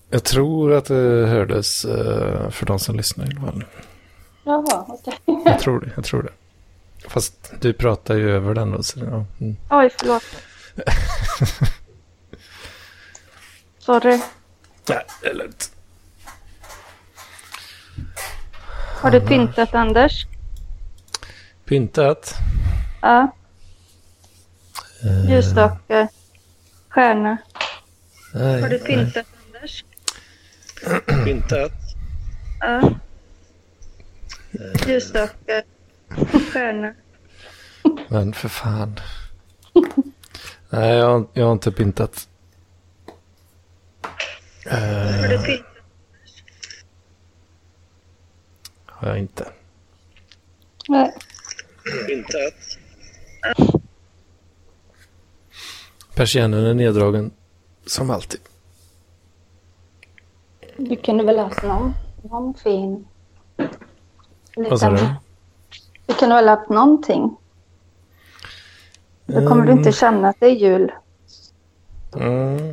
Jag tror att det hördes eh, för de som lyssnar i alla fall.
Jaha, okej.
Jag tror det. Jag tror det. Fast du pratar ju över den då. Så, ja. mm.
Oj, förlåt. Sorry.
Nej, det är lugnt.
Har du pyntat Anders?
Pyntat.
Ja.
Eh,
Ljusstake. Stjärna.
nej,
Har du
nej.
pyntat Anders?
Pyntat. Eh.
Ja. Ljusstake. eh, Stjärna.
Men för fan. Nej, jag, har- jag har inte pyntat.
Har
Eh,
du pyntat?
har jag inte.
Nej.
Pyntat.
Persiennen är neddragen. Som alltid.
Du kunde väl haft någon, någon fin...
Vad sa du?
Du kunde väl haft någonting? Då kommer du
Eh.
inte känna att det är jul.
Mm.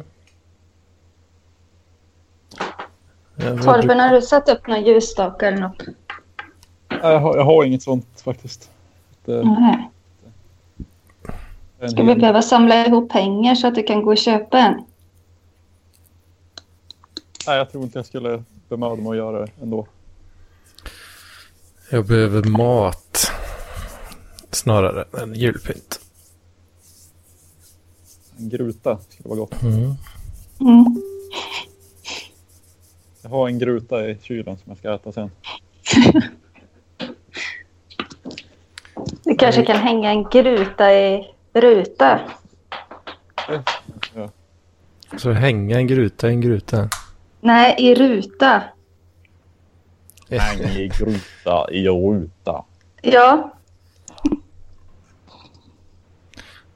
Ja, Mm. vad
Torben, har du satt upp någon ljusstake eller något?
Nej, Jag har, jag har inget sånt faktiskt. Det,
Nej.
det är en
Ska vi
Mm.
hel-
behöva samla ihop pengar så att du kan gå och köpa en?
Nej, jag tror inte jag skulle bemöda mig att göra det ändå.
Jag behöver mat. Snarare än julpynt.
En gruta skulle vara gott.
Mm.
Mm.
Jag har en gruta i kylen som jag ska äta sen.
Du kanske kan hänga en gruta i ruta.
Så hänga en gruta i en gruta.
Nej, i ruta.
Nej, i gruta, i ruta.
Ja,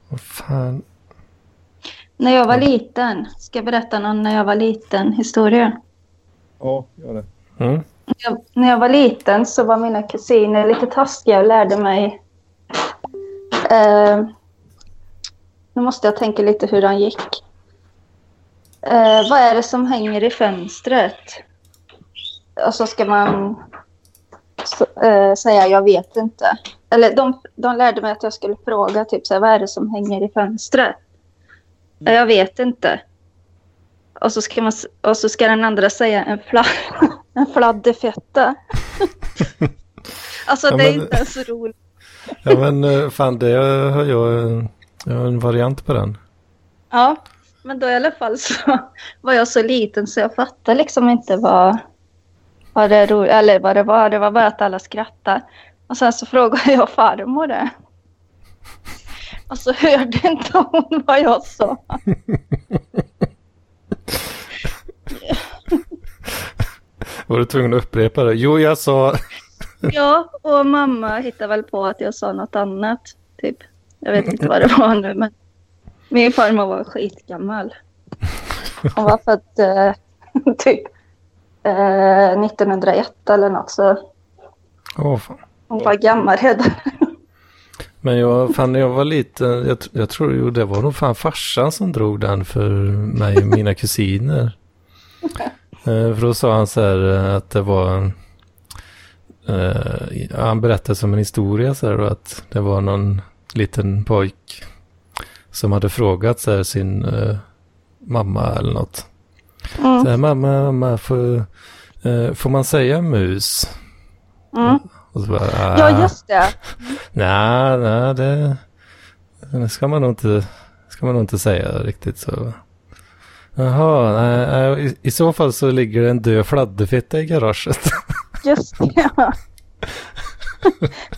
Vad fan.
när jag var liten. Ska jag berätta någon när jag var liten historia?
Ja, gör det.
Mm.
jag, när jag var liten så var mina kusiner lite taskiga och lärde mig... Eh, nu måste jag tänka lite hur han gick. Eh, vad är det som hänger i fönstret? Och så ska man så, eh, säga jag vet inte. Eller de, de lärde mig att jag skulle fråga typ så här, vad är det som hänger i fönstret? "Ja, Jag vet inte. Och så ska, man, s- och så ska den andra säga en, fla, en fladderfetta. alltså
Ja,
det är
men-
inte ens roligt.
Ja men eh, fan det har jag. eh, Jag har en variant på den.
Ja, men då i alla fall så var jag så liten så jag fattade liksom inte vad, Var det roligt? Eller vad det var, det var bara att alla skrattade. Och sen så frågade jag farmor det. Och så hörde inte hon vad jag sa.
Var du tvungen att upprepa det? Jo, jag sa...
Ja, och mamma hittade väl på att jag sa något annat. Typ. Jag vet inte vad det var nu, men min farmor var skitgammal. Hon var född eh, typ eh, 1901 eller något, så
Åh, fan.
hon var gammal redan.
Men jag, fan, när jag var liten, jag, tr- jag tror ju det var nog fan farsan som drog den för mig och mina kusiner. Eh, För då sa han så här eh, att det var en... eh, han berättade som en historia så här då att det var någon liten pojk som hade frågat så här sin eh, mamma eller något.
Mm.
Så här, mamma, mamma, får, eh, får man säga mus?
Mm.
Och så bara, "Ah."
Ja, just det.
Nej, nej, det, det ska man nog inte, ska man nog inte säga riktigt så. Jaha, nej, nej, i, i så fall så ligger det en död fladderfitta i garaget.
Just det. ja.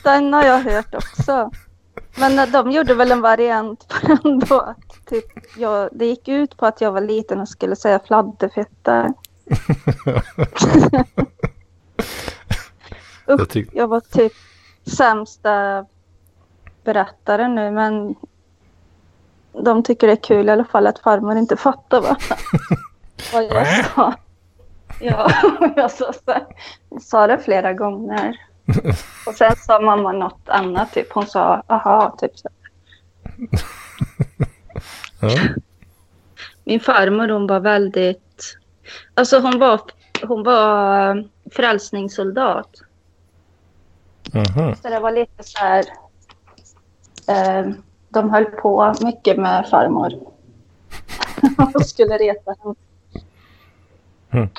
Den har jag hört också. Men eh, de gjorde väl en variant på den då. att Typ, jag, det gick ut på att jag var liten och skulle säga fladderfitta. Usch,
Jag tyck-
jag var typ sämsta berättaren nu, men de tycker det är kul i alla fall att farmor inte fattar vad, vad
Äh?
jag sa. Ja, jag sa, så här- sa det flera gånger. Och sen sa mamma något annat, typ. Hon sa aha, typ så.
Ja.
Min farmor hon var väldigt... Alltså hon var, hon var eh, frälsningssoldat.
Aha. Mm.
Så det var lite så här... Eh, de höll på mycket med farmor. och skulle reta henne.
Mm.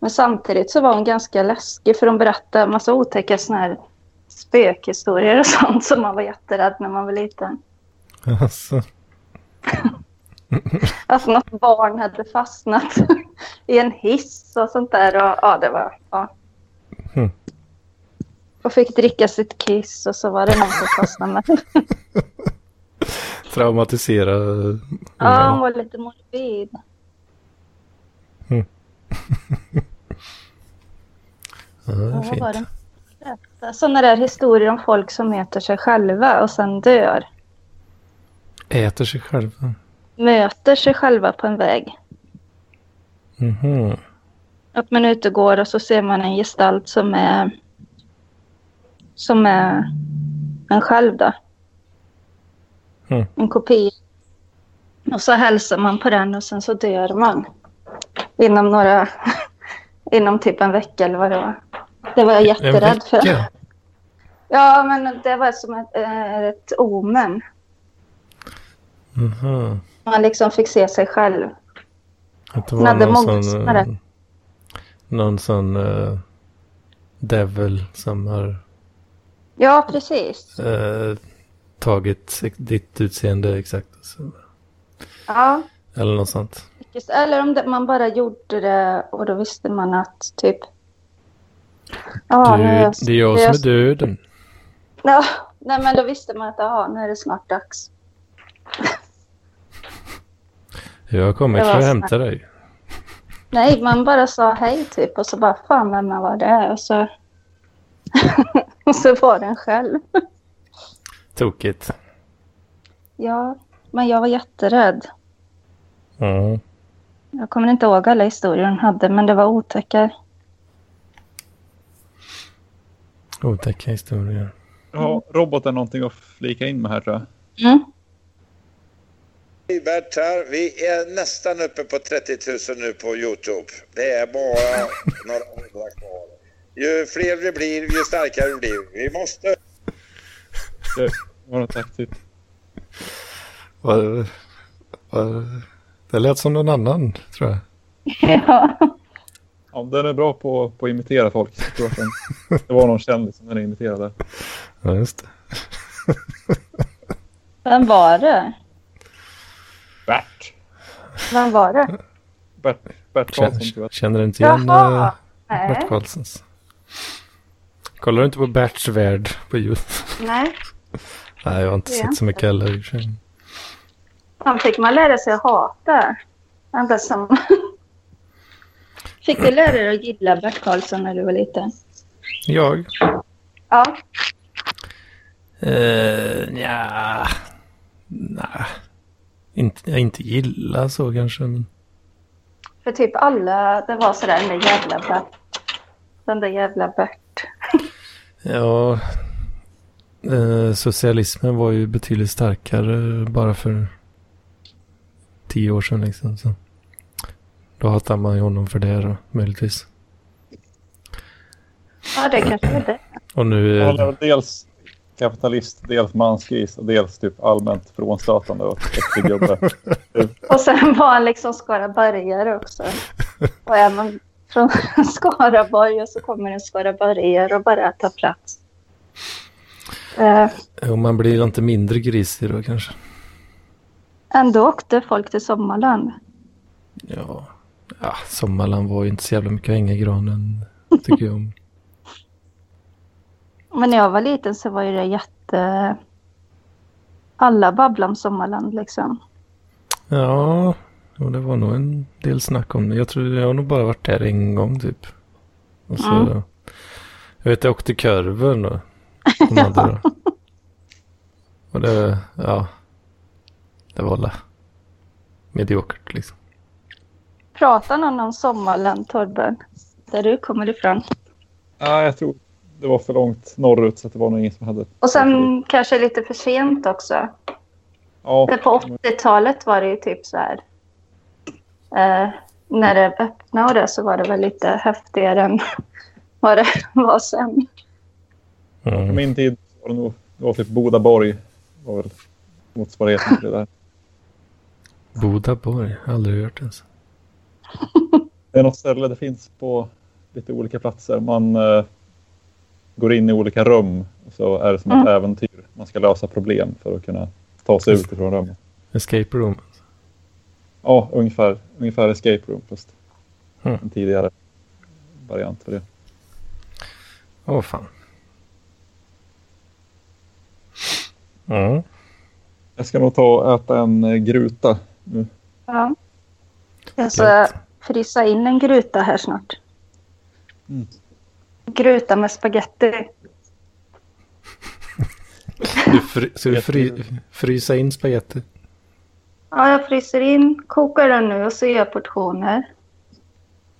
Men samtidigt så var hon ganska läskig för hon berättade en massa otäcka såna här spökhistorier och sånt som man var jätterädd när man var liten.
Alltså.
Att Alltså, något barn hade fastnat i en hiss och sånt där. Och, ja, det var... Ja.
Hmm.
Och fick dricka sitt kiss och så var det någon som fastnade med.
Traumatisera eh,
Ja, hon
ungarna.
var lite morbid.
Ja, det är
Ja, vad var
fint.
det? Berätta. Sådana där historier om folk som äter sig själva och sen dör.
Äter sig själva.
Möter sig själva på en väg.
Mhm.
Att man är ute och går och så ser man en gestalt som är som är en själv då.
Mm.
En kopia. Och så hälsar man på den och sen så dör man. Inom några, inom typ en vecka eller vad det var. Det var jag jätterädd för.
vecka?
Ja, men det var som ett, eh, ett omen.
Aha.
Man liksom fick se sig själv.
Mhm. Att det
Hon
var
hade
någon
många
sån,
lyssnare.
eh, någon sån eh, devil som har
Ja, precis.
eh, tagit ditt utseende exakt. Så.
Ja.
Eller något sånt.
Just, eller om det, man bara gjorde det och då visste man att typ... Ja, nu
du, det är jag
nu
som är döden.
Ja, nej, men då visste man att aha, nu är det snart dags.
Jag har kommit
Det var
för att
snällt.
hämta dig.
Nej, man bara sa hej typ och så bara fan vem var det? Och så, och så var den själv.
Tokigt.
Ja, men jag var jätterädd.
Ja.
Jag kommer inte ihåg alla historier hon hade, men det var otäcka.
Otäcka historier.
Jag har roboten någonting att flika in med här tror jag.
Bert här. Vi är nästan uppe på 30 000 nu på Youtube. Det är bara några hundra kvar. Ju fler vi blir, ju starkare vi blir. Vi måste...
Det var något typ- aktivt.
Var, var, det lät som någon annan, tror jag.
Ja.
Ja, den är bra på, på att imitera folk. Jag tror att den, det var någon kändis som den imiterade.
Ja, just det.
Vem var det?
Bert.
Vem var det?
Bert, Bert Karlsson tror
Känner, känner inte igen
Jaha!
eh,
Nej.
Bert Karlssons. Kollar du inte på Berts värld på YouTube?
Nej.
Nej, jag har inte
Det är
sett så
inte.
mycket heller. i och för sig.
Han fick man lära sig att hata. Han bara som... Fick du lära dig att gilla Bert Karlsson när du var liten?
Jag?
Ja. Eh,
Uh, ja. Nej. Inte, jag inte gillar så kanske. Men...
För typ alla, det var sådär, den där jävla Bert. Den där jävla Bert.
Ja, eh, socialismen var ju betydligt starkare bara för tio år sedan liksom. Så. Då hatar man ju honom för det då, möjligtvis.
Ja, det kanske var det.
Och nu...
Han
eh,
är dels kapitalist, dels mansgris och dels typ allmänt frånstötande och äcklig gubbe.
Och sen var han liksom skaraborgare också. Och är man från Skaraborg och så kommer en skaraborgare och bara tar plats. Eh,
och man blir inte mindre grisig då kanske.
ändå åkte folk till Sommarland.
Ja, ja Sommarland var ju inte så jävla mycket att hänga i granen, tycker jag om.
Men när jag var liten så var ju det jätte... Alla babblade om Sommarland liksom.
Ja, och det var nog en del snack om det. Jag tror jag har nog bara varit där en gång typ. Och så,
Mm.
Jag vet jag åkte kurvor då. De hade då. Och det, ja. Det var la mediokert liksom.
Pratar någon om Sommarland, Torben? Där du kommer ifrån.
Nej, jag tror det var för långt norrut så att det var nog ingen som hade.
Och sen kanske lite för sent också.
Ja,
För på 80-talet var det ju typ så här. Eh, när det öppnade och det så var det väl lite häftigare än vad det var sen.
på min tid var det nog det var typ Bodaborg. var väl motsvarigheten till det där.
Bodaborg, aldrig hört ens.
Det är något ställe det finns på lite olika platser. Man eh, går in i olika rum och så är det som ett
Mm.
äventyr. Man ska lösa problem för att kunna ta sig ut ifrån rummet.
Escape room.
Ja, ungefär, ungefär escape room fast
Mm.
en tidigare variant för det.
Åh fan. Ja.
Jag ska nog ta och äta en eh, gruta nu.
Ja. Jag ska frysa in en gruta här snart.
Mm.
Gruta med spaghetti.
Du fry, ska du fry, frysa in spagetti?
Ja, jag fryser in, kokar den nu och så gör jag portioner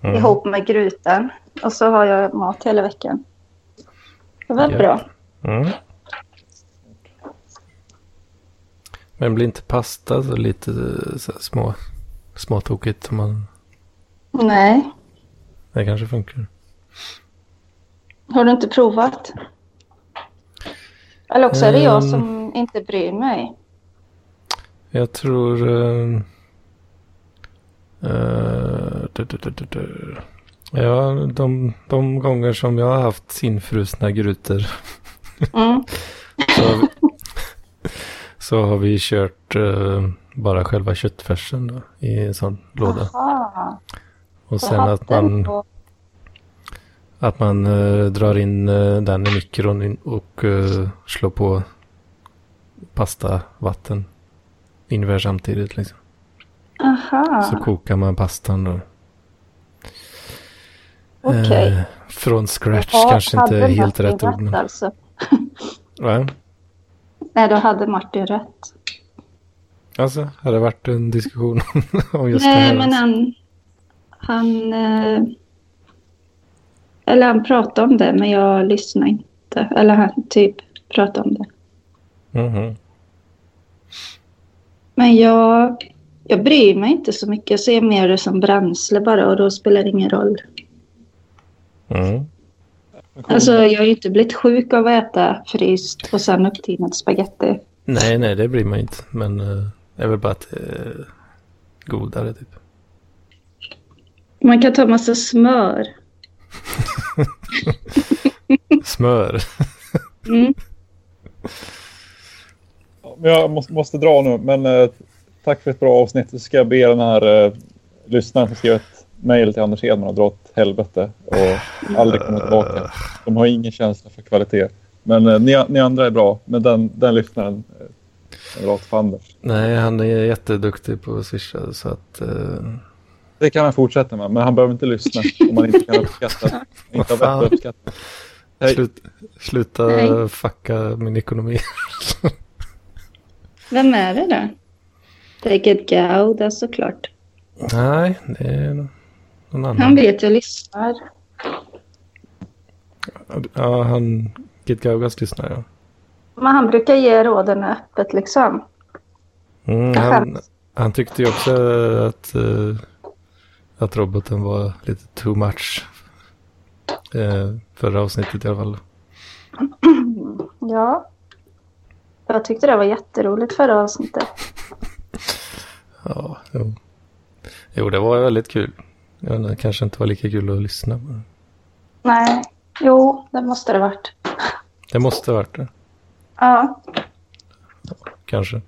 Mm.
ihop med grutan. Och så har jag mat hela veckan. Det var
Ja.
bra.
Mm. Men blir inte pasta så lite eh, så här små, småtokigt om man...
Nej,
Det kanske funkar.
har du inte provat? Eller också är det jag
Ehm.
som inte bryr mig.
Jag tror... eh, eh, du, du, du, du, du. Ja, de, de gånger som jag har haft sinfrusna grytor
Mm.
så, har vi, så har vi kört eh, bara själva köttfärsen då, i en sån låda.
Jaha.
Och
Så
sen
hatten
att man...
på-
Att man eh, drar in eh, den i mikron in- och eh, slår på pastavatten ungefär samtidigt. Liksom.
Aha.
Så kokar man pastan då.
Okej.
Eh, från scratch
Ja,
kanske inte
hade
är helt
Martin
rätt ord. Men...
Alltså.
Va?
Nej, då hade Martin rätt.
Alltså, hade det varit en diskussion om just det
Nej,
här?
men
alltså.
han... Han... eh, Eller han pratade om det, men jag lyssnade inte. Eller han typ pratade om det.
Mhm.
Men jag... Jag bryr mig inte så mycket. Jag ser mer det som bränsle bara och då spelar det ingen roll.
Mm.
Alltså, jag har ju inte blivit sjuk av att äta fryst och sen upptinad spagetti.
Nej, nej, det blir man ju inte. Men eh, det är väl bara att det är godare typ.
Man kan ta massa smör.
Smör.
Mm.
Ja, men Jag måste, måste dra nu, men eh, tack för ett bra avsnitt. Så ska jag be den här eh, lyssnaren som skrev ett mejl till Anders Hedman och dra åt helvete och aldrig komma tillbaka. De har ingen känsla för kvalitet. Men eh, ni, ni andra är bra, men den, den lyssnaren eh, är bra till Anders.
Nej, han är jätteduktig på att swisha så att... eh,
Det kan han fortsätta med, men han behöver inte lyssna om man inte kan uppskatta. Inte har
fan.
bättre uppskattning. Hej.
slut, sluta
Nej.
fucka min ekonomi.
Vem är det då? David Gauda såklart.
Nej, det är någon annan.
Han vet jag lyssnar.
Ja, han... Git Gaugas lyssnar ja.
Men han brukar ge råden öppet liksom.
Mm, han, han tyckte ju också att, eh, att roboten var lite too much. Eh, förra avsnittet i alla fall.
Ja. Jag tyckte det var jätteroligt förra avsnittet.
Ja, jo. jo, det var väldigt kul. Jag vet inte, det kanske inte var lika kul att lyssna på.
Nej, jo, det måste det varit.
Det måste ha varit det,
Ja.
kanske.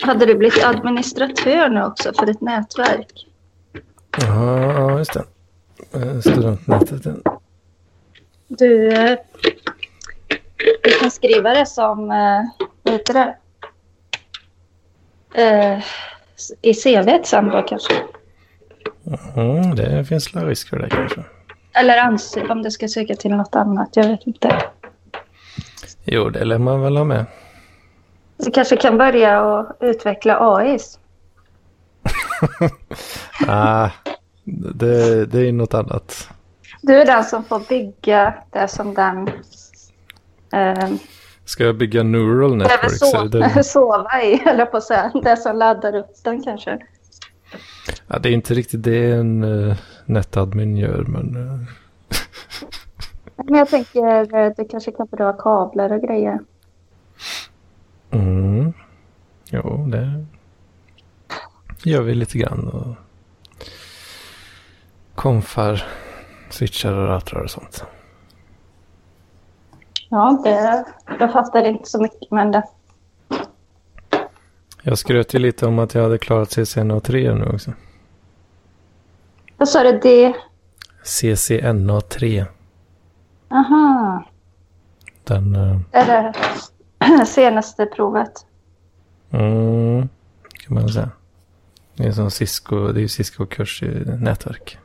Hade du blivit administratör nu också för ett nätverk?
Ja, just det. Eh, Studentnätet. ja.
Du, eh, du kan skriva det som, eh, vad heter det? Eh, I CV sen då kanske.
Mm, det finns väl risk för det kanske.
Eller ansöka om du ska söka till något annat, jag vet inte.
Jo, det lär man väl ha med.
Du kanske kan börja och utveckla AIs.
Ah, det, det är något annat.
Du är den som får bygga det som den... Eh,
Ska jag bygga neural
behöver
networks?
sova,
Är det,
sova i, eller på att säga. Det som laddar upp den kanske.
ja, det är inte riktigt det en eh, netadmin gör, men... eh,
Men jag tänker, eh, du kanske kan behöva kablar och grejer.
Mm. Jo, det gör vi lite grann. Och konfar, switchar och routrar och sånt.
Ja, det, jag fattar inte så mycket, men det,
Jag skröt ju lite om att jag hade klarat CCNA3 nu också.
Vad sa du? Det?
CCNA3,
Aha.
den... eh,
Det är det senaste provet.
Mm, kan man säga. Det är som Cisco, det är ju Cisco-kurs i nätverk.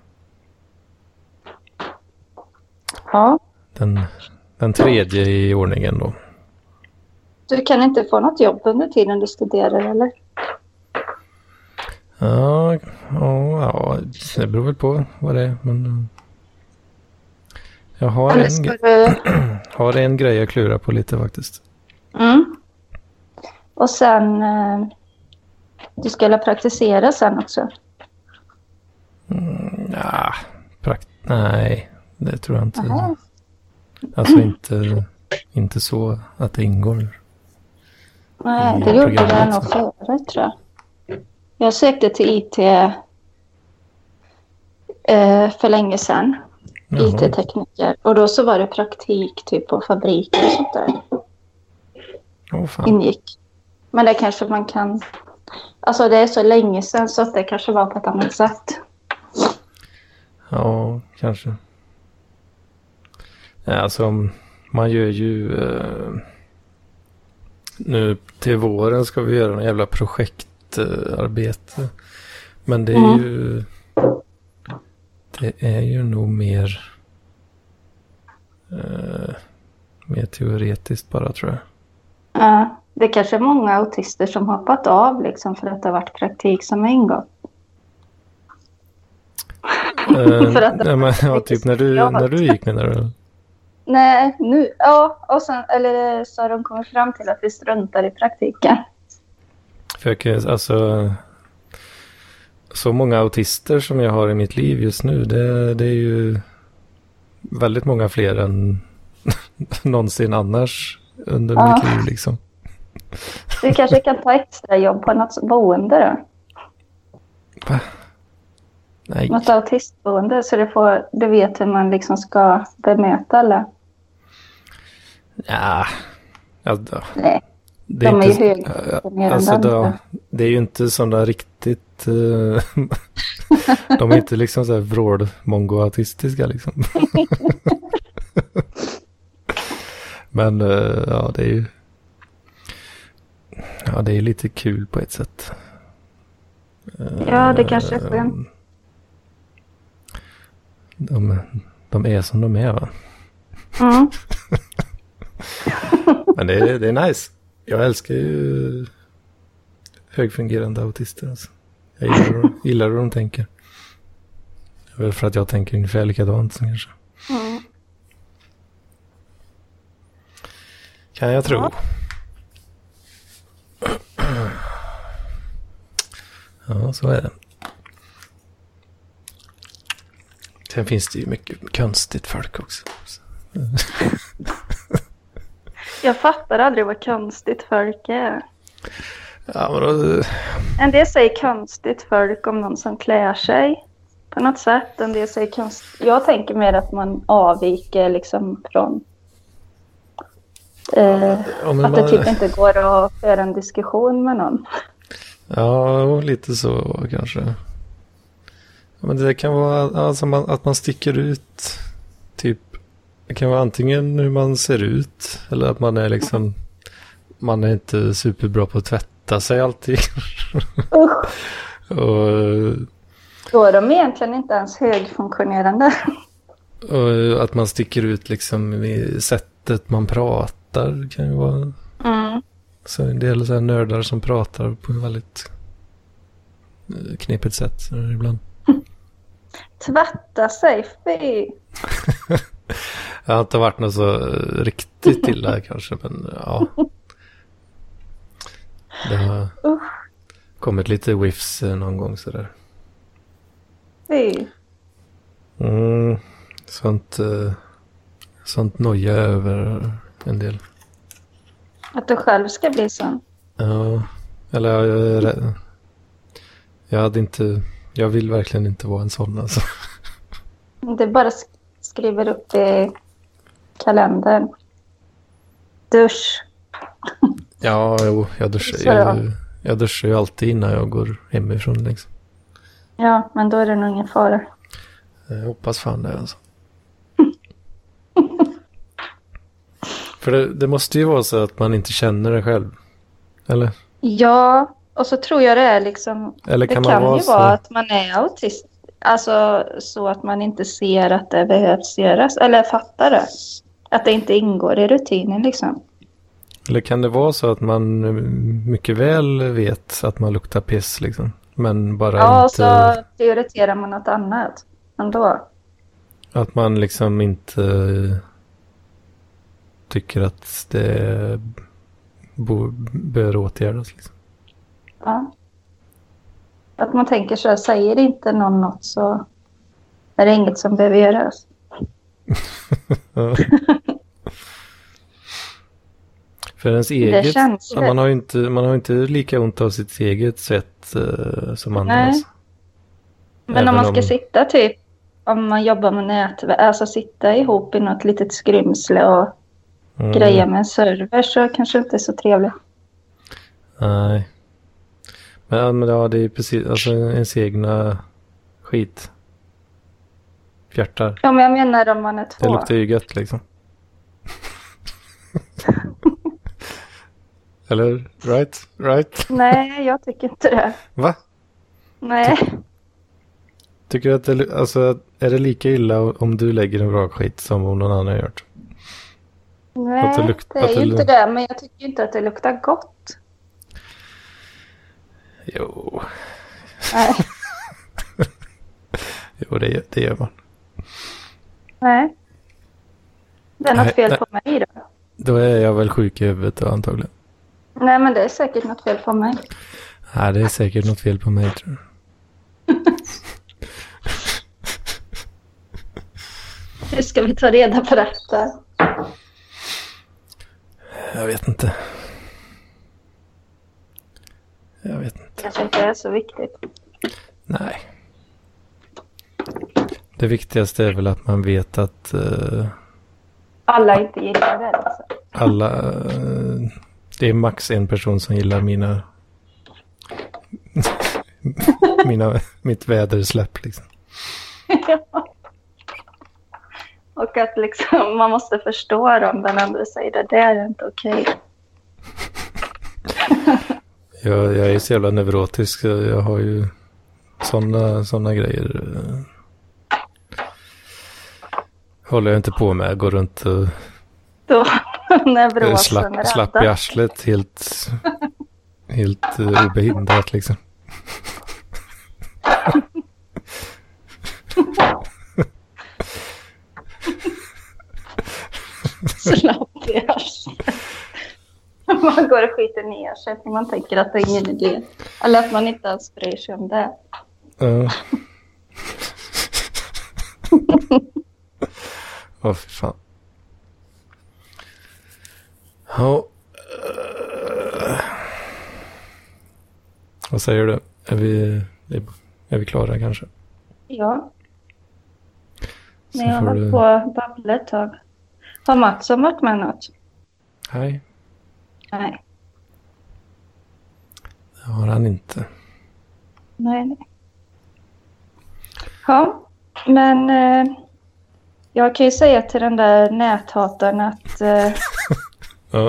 Ja.
Den, den tredje i ordningen då.
Du kan inte få något jobb under tiden du studerar, eller?
Ja, ja, ja det beror väl på vad det är. Men... eh, Jag har
Eller
en,
ska
gre-
du...
har en grej jag klurar på lite faktiskt.
Mm. Och sen... eh, Du ska väl praktisera sen också?
Mm, ja, prakt... Nej, det tror jag inte.
Aha.
Alltså inte, inte så att det ingår.
Nej,
I
det gjorde jag
programmet
nog
sen.
förut, tror jag. Jag sökte till IT eh, för länge sedan.
Jaha.
IT-tekniker. Och då så var det praktik typ på fabriker och sånt där.
Åh fan.
ingick. Men det kanske man kan... Alltså det är så länge sedan så att det kanske var på ett annat sätt.
Ja, kanske. Ja, alltså, man gör ju... Eh, nu till våren ska vi göra en jävla projektarbete. Eh, arbete. Men det är
Mm.
ju... Det är ju nog mer... Eh, mer teoretiskt bara tror jag.
Ja, Eh, det kanske är många autister som hoppat av liksom för att det har varit praktik som har ingått.
Eh,
För att-
nej, men, ja, typ när du,
Ja.
när du gick menar du?
Nej, nu... Ja, och sen... Eller så har de kommit fram till att vi struntar i praktiken.
För jag kan, alltså, så många autister som jag har i mitt liv just nu, det, det är ju väldigt många fler än någonsin annars under
Ja.
mitt liv. Liksom.
Du kanske kan ta extra jobb på något boende
Nej,
då? Något autistboende så du, får, du vet hur man liksom ska bemöta alla.
ja. Alltså,
Nej,
det
de är ju
inte-
högutbildade.
Alltså, det, det är ju inte sådana riktigt eh, De är inte liksom så här vrål-mongo-autistiska liksom. Men eh, ja, det är ju... Ja, det är lite kul på ett sätt. Eh,
Ja, det kanske är skönt.
De, de är som de är va?
Mm.
Men det är, det är nice. Jag älskar ju högfungerande autister. Alltså. Jag gillar, hur de- gillar hur de tänker. Det är väl för att jag tänker ungefär likadant som kanske.
Mm.
Kan jag tro. Ja, så är det. Sen finns det ju mycket konstigt folk också.
Jag fattar aldrig vad konstigt folk är.
Ja, men då,
En del säger konstigt folk om någon som klär sig på något sätt. En del säger konst... Jag tänker mer att man avviker liksom från... Eh,
Ja, men
att det
man-
typ inte går att föra en diskussion med någon.
Ja, och lite så kanske. Ja, Men det kan vara alltså, man, att man sticker ut. Typ, det kan vara antingen hur man ser ut eller att man är liksom, man är inte superbra på att tvätta sig alltid. och,
Då är de egentligen inte ens högfunktionerande.
och att man sticker ut liksom i sättet man pratar kan ju vara.
Mm.
Så en del så här nördar som pratar på ett väldigt eh, knepigt sätt eh, ibland.
Tvätta sig, fy!
Jag har inte varit något så eh, riktigt illa kanske, men ja. Det har kommit lite whiffs eh, någon gång sådär.
fy.
Mm, sånt, eh, sånt noja över en del.
Att du själv ska bli sån.
Ja, eller jag, jag, är rädd. jag hade inte, jag vill verkligen inte vara en sån alltså.
Du bara sk- skriver upp i kalendern. Dusch.
Ja, jo, jag duschar,
Så ja.
jag, jag duschar ju alltid innan jag går hemifrån liksom.
Ja, men då är det nog ingen fara.
Eh, Jag hoppas fan det alltså. För det, det måste ju vara så att man inte känner det själv. Eller?
Ja, och så tror jag det är liksom...
Eller kan
det
man
kan
vara
ju
så-
vara att man är autist. Alltså så att man inte ser att det behövs göras. Eller fattar det. Att det inte ingår i rutinen liksom.
Eller kan det vara så att man eh, mycket väl vet att man luktar piss liksom? Men bara
Ja, alltså- och
inte...
så prioriterar man något annat ändå.
Att man liksom inte tycker att det bo, bör åtgärdas liksom.
Ja. Att man tänker så här, säger inte någon något så är det inget som behöver göras.
Ja. För ens eget,
känns ju.
man har ju inte, man har ju inte lika ont av sitt eget sätt eh, som andra.
Nej.
alltså.
Men
Även
om man ska sitta typ, om man jobbar med nätverk, alltså sitta ihop i något litet skrymsle och
Mm.
grejer med en server så kanske inte är så trevligt.
Nej. Men, ja, men ja, det är precis, alltså ens egna skit. Fjärtar.
Ja, men jag menar om man är
Det
två.
luktar ju gött liksom. Eller? Right? Right?
Nej, jag tycker inte det.
Va?
Nej,
Tycker du att det, lu- alltså, är det lika illa om du lägger en bra skit som om någon annan har gjort?
Nej
Att det luk-
det
att
är
det
ju
lu-
inte det. Men jag tycker ju inte att det luktar gott.
Jo.
Nej.
jo, det, det gör man.
Nej. Det är något
Nej,
fel
nej.
på mig då.
Då är jag väl sjuk i huvudet då, antagligen.
Nej, men det är säkert något fel på mig.
Nej, det är säkert något fel på mig tror jag.
Hur ska vi ta reda på detta?
Jag vet inte. Jag vet inte.
Det kanske inte är så viktigt.
Nej. Det viktigaste är väl att man vet att eh,
Alla inte gillar det. Alltså.
alla... eh, det är max en person som gillar mina... mina, mitt vädersläpp liksom.
Och att liksom, man måste förstå dem. Den andra säger det där är inte okej.
Jag, jag är så jävla neurotisk. så Jag har ju sådana såna grejer. eh, Håller jag inte på med. Jag går runt och
Då när
är
bråsen är
slapp, slapp i
rädda.
arslet helt, helt eh, obehindrat liksom.
Slapp i arslet. Man går och skiter ner sig för man tänker att det är ingen idé. Eller att man inte ens bryr sig om det.
Ja. Åh, fy fan. Ja. eh, Vad säger du? Är vi, är vi klara kanske?
Ja.
Så
Men jag
får
har
du-
hållit på och babblat ett tag. Har Mattsson varit med något?
Nej,
Nej.
det har han inte.
Nej, nej. Ja, men eh, jag kan ju säga till den där näthataren att... Eh,
Ja.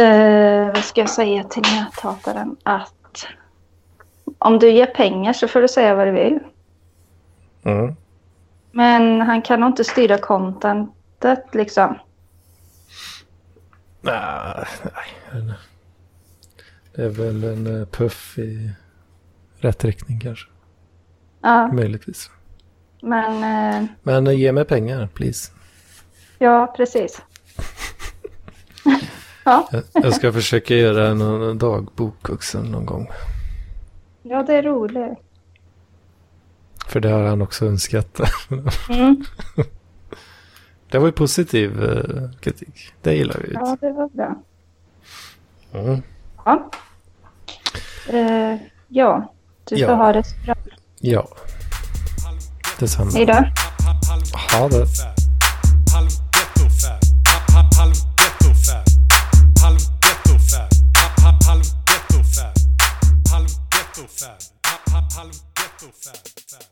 eh, vad ska jag säga till näthataren? Att om du ger pengar så får du säga vad du vill.
Mm.
Men han kan nog inte styra contentet liksom.
Nej, nej. Det är väl en eh, puff i rätt riktning kanske.
Ja,
Möjligtvis.
men eh,
Men eh, ge mig pengar, please.
ja, precis. ja.
Jag, jag ska försöka göra en, en dagbok också någon gång.
ja, det är roligt.
För det har han också önskat.
Mm.
det var ju positiv eh, kritik. Det gillar vi.
Ja, det var bra.
Mm.
Ja. Eh, ja, du får
Ja.
ha det så bra.
Ja. Detsamma.
Hej då.
Ha det.
Halv ghetto fab. Halv ghetto fab. Halv ghetto fab.